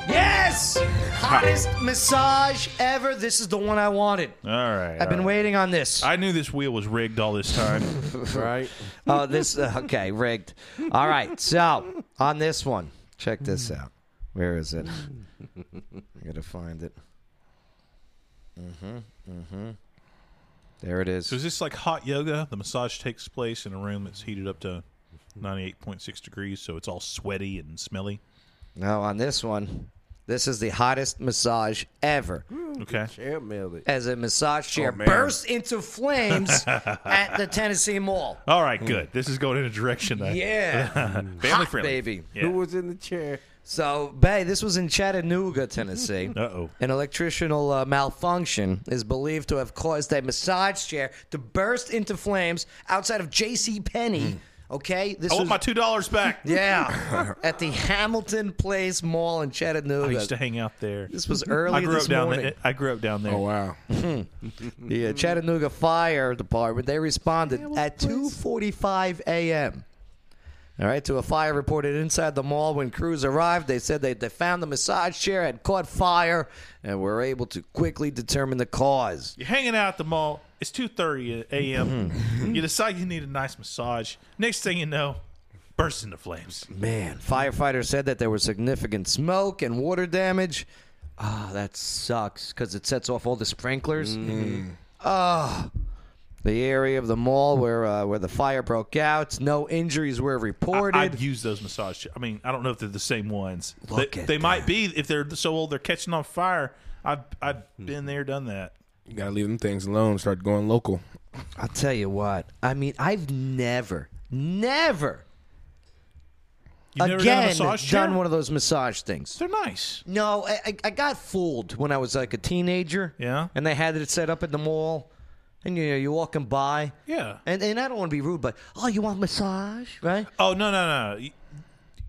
Speaker 1: Yes! Hottest massage ever. This is the one I wanted.
Speaker 5: All right.
Speaker 1: I've been waiting on this.
Speaker 5: I knew this wheel was rigged all this time.
Speaker 1: right. Oh, this. Uh, okay, rigged. All right. So on this one, check this
Speaker 5: Hmm.
Speaker 1: out. Where is it? I gotta find it. Mm-hmm. Mm-hmm. There it is.
Speaker 5: So is this like hot yoga? The massage takes place in a room that's heated up to 98.6 degrees, so it's all sweaty and smelly.
Speaker 1: No, on this one, this is the hottest massage ever.
Speaker 5: Okay. Oh,
Speaker 4: Chair mailed it.
Speaker 1: As a massage chair
Speaker 4: man.
Speaker 1: bursts into flames at the Tennessee Mall.
Speaker 5: All right, good. This is going in a direction that
Speaker 1: Yeah.
Speaker 5: family
Speaker 1: Hot
Speaker 5: friendly,
Speaker 1: baby.
Speaker 5: Yeah.
Speaker 4: was in the chair?
Speaker 1: So, Bay, this was in Chattanooga, Tennessee.
Speaker 5: Uh-oh.
Speaker 1: An electrical uh, malfunction is believed to have caused a massage chair to burst into flames outside of J.C. Penney. Okay, this
Speaker 5: Hmm. I want
Speaker 1: was-
Speaker 5: my two dollars back.
Speaker 1: yeah at the Hamilton Place Mall in Chattanooga.
Speaker 5: I used to hang out there.
Speaker 1: This was early
Speaker 5: I grew
Speaker 1: this
Speaker 5: up down
Speaker 1: morning.
Speaker 5: there. I grew up down there.
Speaker 1: Oh,
Speaker 7: wow.
Speaker 1: the uh, Chattanooga Fire Department they responded at 2:45 a.m. All right, to a fire reported inside the mall. When crews arrived, they said they, they found the massage chair had caught fire and were able to quickly determine the cause.
Speaker 5: You're hanging out at the mall. It's 2:30 a.m. you decide you need a nice massage. Next thing you know, bursts into flames.
Speaker 1: Man, firefighters said that there was significant smoke and water damage. Ah, that sucks because it sets off all the sprinklers. Ah. The area of the mall where uh, where the fire broke out, no injuries were reported.
Speaker 5: I'd use those massage. cha- I mean, I don't know if they're the same ones. they they might be if they're so old they're catching on fire. I've I've been there, done that.
Speaker 7: You gotta leave them things alone. Start going local.
Speaker 1: I'll tell you what. I mean, I've never, never,
Speaker 5: You've never
Speaker 1: again
Speaker 5: done a massage chair?
Speaker 1: done one of those massage things.
Speaker 5: They're nice.
Speaker 1: No, I, I- I got fooled when I was like a teenager. Yeah, and they had it set up at the mall, and you know you're walking by.
Speaker 5: Yeah.
Speaker 1: and and I don't want to be rude, but oh, you want massage, right?
Speaker 5: Oh no no no!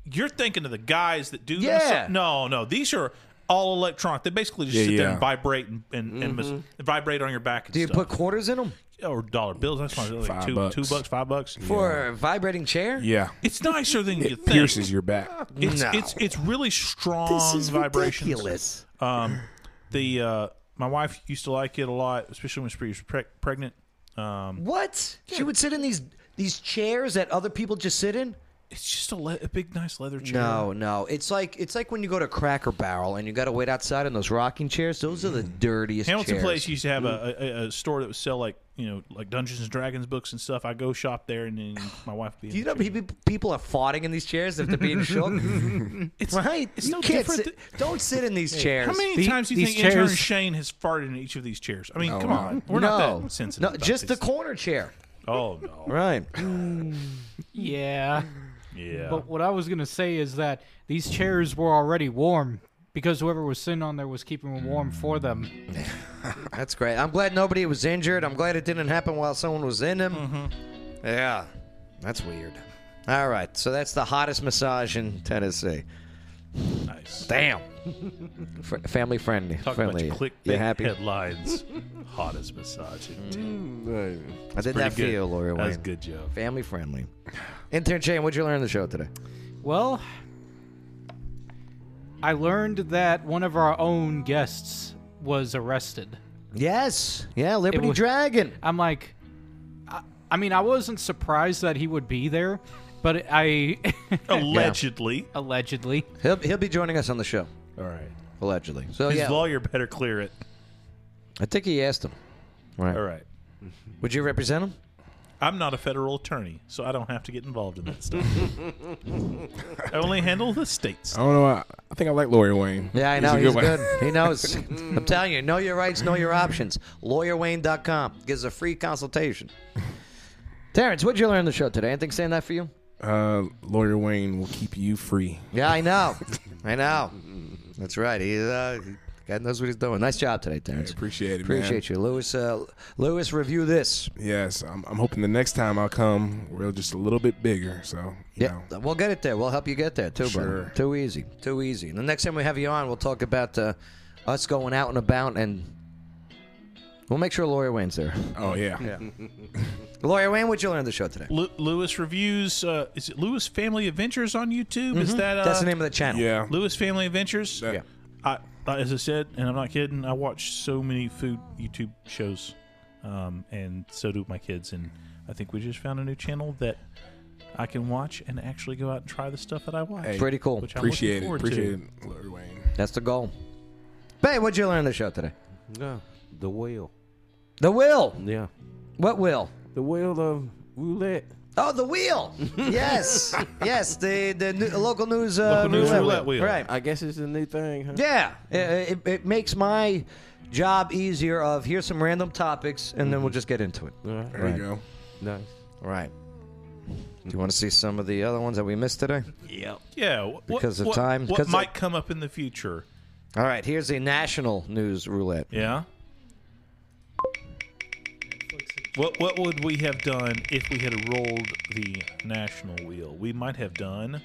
Speaker 5: You're thinking of the guys that do. the
Speaker 1: Yeah.
Speaker 5: massa- no no, these are all electronic. They basically just
Speaker 1: Yeah,
Speaker 5: sit there
Speaker 1: yeah.
Speaker 5: and vibrate and, and, and mas-
Speaker 1: Mhm.
Speaker 5: vibrate on your back. And
Speaker 1: Do you
Speaker 5: stuff.
Speaker 1: put quarters in them?
Speaker 5: or dollar bills? That's why they're like
Speaker 7: Five
Speaker 5: two
Speaker 7: bucks.
Speaker 5: two bucks, five bucks
Speaker 1: For a vibrating chair?
Speaker 7: Yeah.
Speaker 5: It's nicer than you think.
Speaker 7: pierces your back.
Speaker 5: It's
Speaker 7: No.
Speaker 5: it's it's really strong
Speaker 7: This is
Speaker 5: vibrations.
Speaker 7: ridiculous.
Speaker 5: Um, the uh, my wife used to like it a lot, especially when she was pre- pregnant. Um,
Speaker 1: What? She would sit in these These chairs that other people just sit in?
Speaker 5: It's just a, le- a big, nice leather chair.
Speaker 1: No, no. It's like it's like when you go to Cracker Barrel and you got to wait outside in those rocking chairs. Those are the dirtiest.
Speaker 5: Hamilton
Speaker 1: chairs.
Speaker 5: Place used to have a, a, a store that would sell like you know like Dungeons and Dragons books and stuff. I go shop there and then my wife would be.
Speaker 1: Do you know people, people are farting in these chairs if they're being shook?
Speaker 5: it's
Speaker 1: right.
Speaker 5: it's
Speaker 1: you
Speaker 5: no
Speaker 1: can't
Speaker 5: different
Speaker 1: sit- don't sit in these
Speaker 5: Hey,
Speaker 1: chairs.
Speaker 5: How many times do you think intern Shane has farted in each of these chairs? I mean, come on, we're not that sensitive.
Speaker 1: No,
Speaker 5: about
Speaker 1: just the
Speaker 5: these.
Speaker 1: corner chair.
Speaker 5: Oh no.
Speaker 1: Right.
Speaker 6: Yeah.
Speaker 5: Yeah.
Speaker 6: But what I was gonna say is that these chairs were already warm because whoever was sitting on there was keeping them warm for them.
Speaker 1: That's great. I'm glad nobody was injured. I'm glad it didn't happen while someone was in him.
Speaker 5: Mm-hmm.
Speaker 1: Yeah, that's weird. All right, so that's the hottest massage in Tennessee.
Speaker 5: Nice.
Speaker 1: Damn. Fr- family friendly.
Speaker 5: Talk
Speaker 1: friendly.
Speaker 5: about clickbait
Speaker 1: you happy?
Speaker 5: headlines. Hottest massage. in town.
Speaker 1: Mm, I
Speaker 5: That's
Speaker 1: did
Speaker 5: pretty
Speaker 1: that
Speaker 5: good.
Speaker 1: for you, Lori Wayne.
Speaker 5: That was good job.
Speaker 1: Family friendly. Intern Shane, what'd you learn on the show today?
Speaker 6: Well, I learned that one of our own guests was arrested.
Speaker 1: Yes. Yeah, Liberty
Speaker 6: It was-
Speaker 1: Dragon.
Speaker 6: I'm like, I, I mean, I wasn't surprised that he would be there, but I
Speaker 5: Allegedly.
Speaker 6: allegedly.
Speaker 1: He'll, he'll be joining us on the show.
Speaker 5: All right.
Speaker 1: Allegedly. So
Speaker 5: His
Speaker 1: yeah,
Speaker 5: lawyer better clear it.
Speaker 1: I think he asked him. Right.
Speaker 5: All right.
Speaker 1: Would you represent him?
Speaker 5: I'm not a federal attorney, so I don't have to get involved in that stuff. I only handle the states.
Speaker 7: I don't know. I, I think I like Lori Wayne.
Speaker 1: Yeah, I
Speaker 7: He's
Speaker 1: know.
Speaker 7: a
Speaker 1: He's
Speaker 7: one.
Speaker 1: good. He knows. I'm telling you, know your rights, know your options. LawyerWayne.com gives a free consultation. Terrence, what'd you learn on the show today? Anything saying that for you?
Speaker 7: Uh, Lawyer Wayne will keep you free.
Speaker 1: Yeah, I know. I know. That's right. He, uh, God knows what he's doing. Nice job today, Terrence.
Speaker 7: appreciate it, man.
Speaker 1: Appreciate you, Lewis. Uh, Lewis, review this.
Speaker 7: Yes, I'm, I'm hoping the next time I come, we're just a little bit bigger. So you
Speaker 1: Yeah, we'll get it there. We'll help you get there too, brother.
Speaker 7: Sure.
Speaker 1: Too easy. Too easy. And the next time we have you on, we'll talk about uh, us going out and about, and we'll make sure Lawyer Wayne's there.
Speaker 7: Oh yeah.
Speaker 1: Lawyer Wayne, what'd you learn on the show today?
Speaker 5: Lu- Lewis reviews. Uh, is it Lewis Family Adventures on YouTube? Is
Speaker 1: Mhm.
Speaker 5: that uh,
Speaker 1: That's the name of the channel.
Speaker 7: Yeah.
Speaker 5: Lewis Family Adventures.
Speaker 1: Yeah.
Speaker 5: I, I- as I said, and I'm not kidding. I watch so many food YouTube shows, um, and so do my kids. And I think we just found a new channel that I can watch and actually go out and try the stuff that I watch.
Speaker 1: Hey, Pretty cool.
Speaker 5: Which I'm looking
Speaker 7: Appreciate it.
Speaker 5: forward
Speaker 7: Appreciate
Speaker 5: to.
Speaker 7: it, Lawyer Wayne.
Speaker 1: That's the goal. Babe, what'd you learn on the show today?
Speaker 4: No, the wheel.
Speaker 1: The will.
Speaker 4: Yeah.
Speaker 1: What will?
Speaker 4: The wheel of roulette.
Speaker 1: Oh, the wheel. yes, yes. The the new, local news uh,
Speaker 4: Local news
Speaker 5: roulette wheel.
Speaker 1: Right.
Speaker 4: I guess it's a new thing, huh?
Speaker 1: Yeah, it, it, it makes my job easier. Of here's some random topics, and then we'll
Speaker 4: Mm-hmm.
Speaker 1: just get into it.
Speaker 4: There
Speaker 7: you go.
Speaker 4: Nice.
Speaker 1: Right. Do you want to see some of the other ones that we missed today?
Speaker 4: Yep.
Speaker 5: Yeah. What,
Speaker 1: Because of
Speaker 5: what,
Speaker 1: time,
Speaker 5: What
Speaker 1: 'cause
Speaker 5: might
Speaker 1: of-
Speaker 5: come up in the future?
Speaker 1: All right. Here's a national news roulette.
Speaker 5: Yeah. What what would we have done if we had rolled the national wheel? We might have done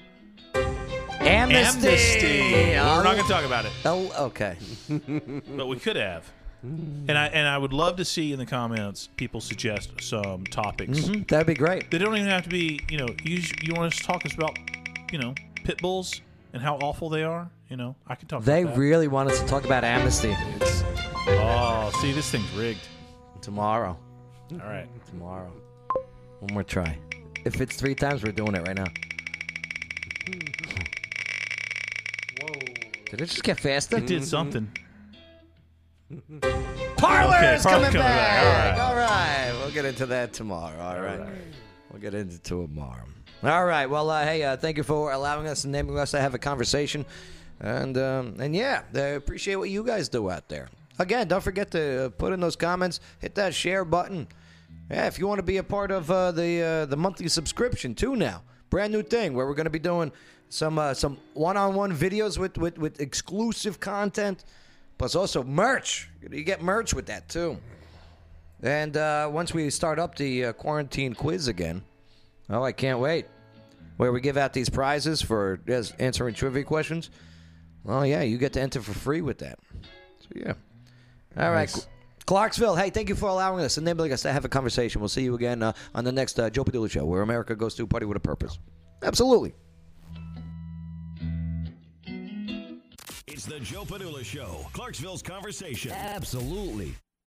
Speaker 1: Amnesty.
Speaker 5: Amnesty. We're not going to talk about it,
Speaker 1: Oh, okay.
Speaker 5: but we could have.
Speaker 1: Mm-hmm.
Speaker 5: And I and I would love to see in the comments people suggest some topics.
Speaker 1: Mhm, That'd be great.
Speaker 5: They don't even have to be, you know, you sh- you want us to talk about, you know, pit bulls and how awful they are. You know, I can talk.
Speaker 1: They
Speaker 5: about that.
Speaker 1: really want us to talk about amnesty
Speaker 5: Oh, see, this thing's rigged.
Speaker 1: tomorrow.
Speaker 5: All right.
Speaker 1: Tomorrow. One more try. If it's three times, we're doing it right now. Did it just get faster?
Speaker 5: It did something.
Speaker 1: Parlor
Speaker 5: Okay,
Speaker 1: is
Speaker 5: Parlor's
Speaker 1: coming,
Speaker 5: coming
Speaker 1: back.
Speaker 5: back.
Speaker 1: All, right. We'll get into that tomorrow. All right. We'll get into it tomorrow. All right. Well, uh, hey, uh, thank you for allowing us and naming us to have a conversation. And um, and yeah, I appreciate what you guys do out there. Again, don't forget to uh, put in those comments, hit that share button. Yeah, if you want to be a part of uh, the uh, the monthly subscription too now, brand new thing where we're going to be doing some uh, some one on one videos with, with with exclusive content, plus also merch. You get merch with that too. And uh, once we start up the uh, quarantine quiz again, oh, I can't wait. Where we give out these prizes for just answering trivia questions. Well, yeah, you get to enter for free with that. So, yeah. All right. Cl- Clarksville, hey, thank you for allowing us, enabling us to have a conversation. We'll see you again uh, on the next uh, Joe Padula show, where America goes to a party with a purpose. Absolutely.
Speaker 2: It's the Joe Padula Show, Clarksville's conversation.
Speaker 15: Absolutely.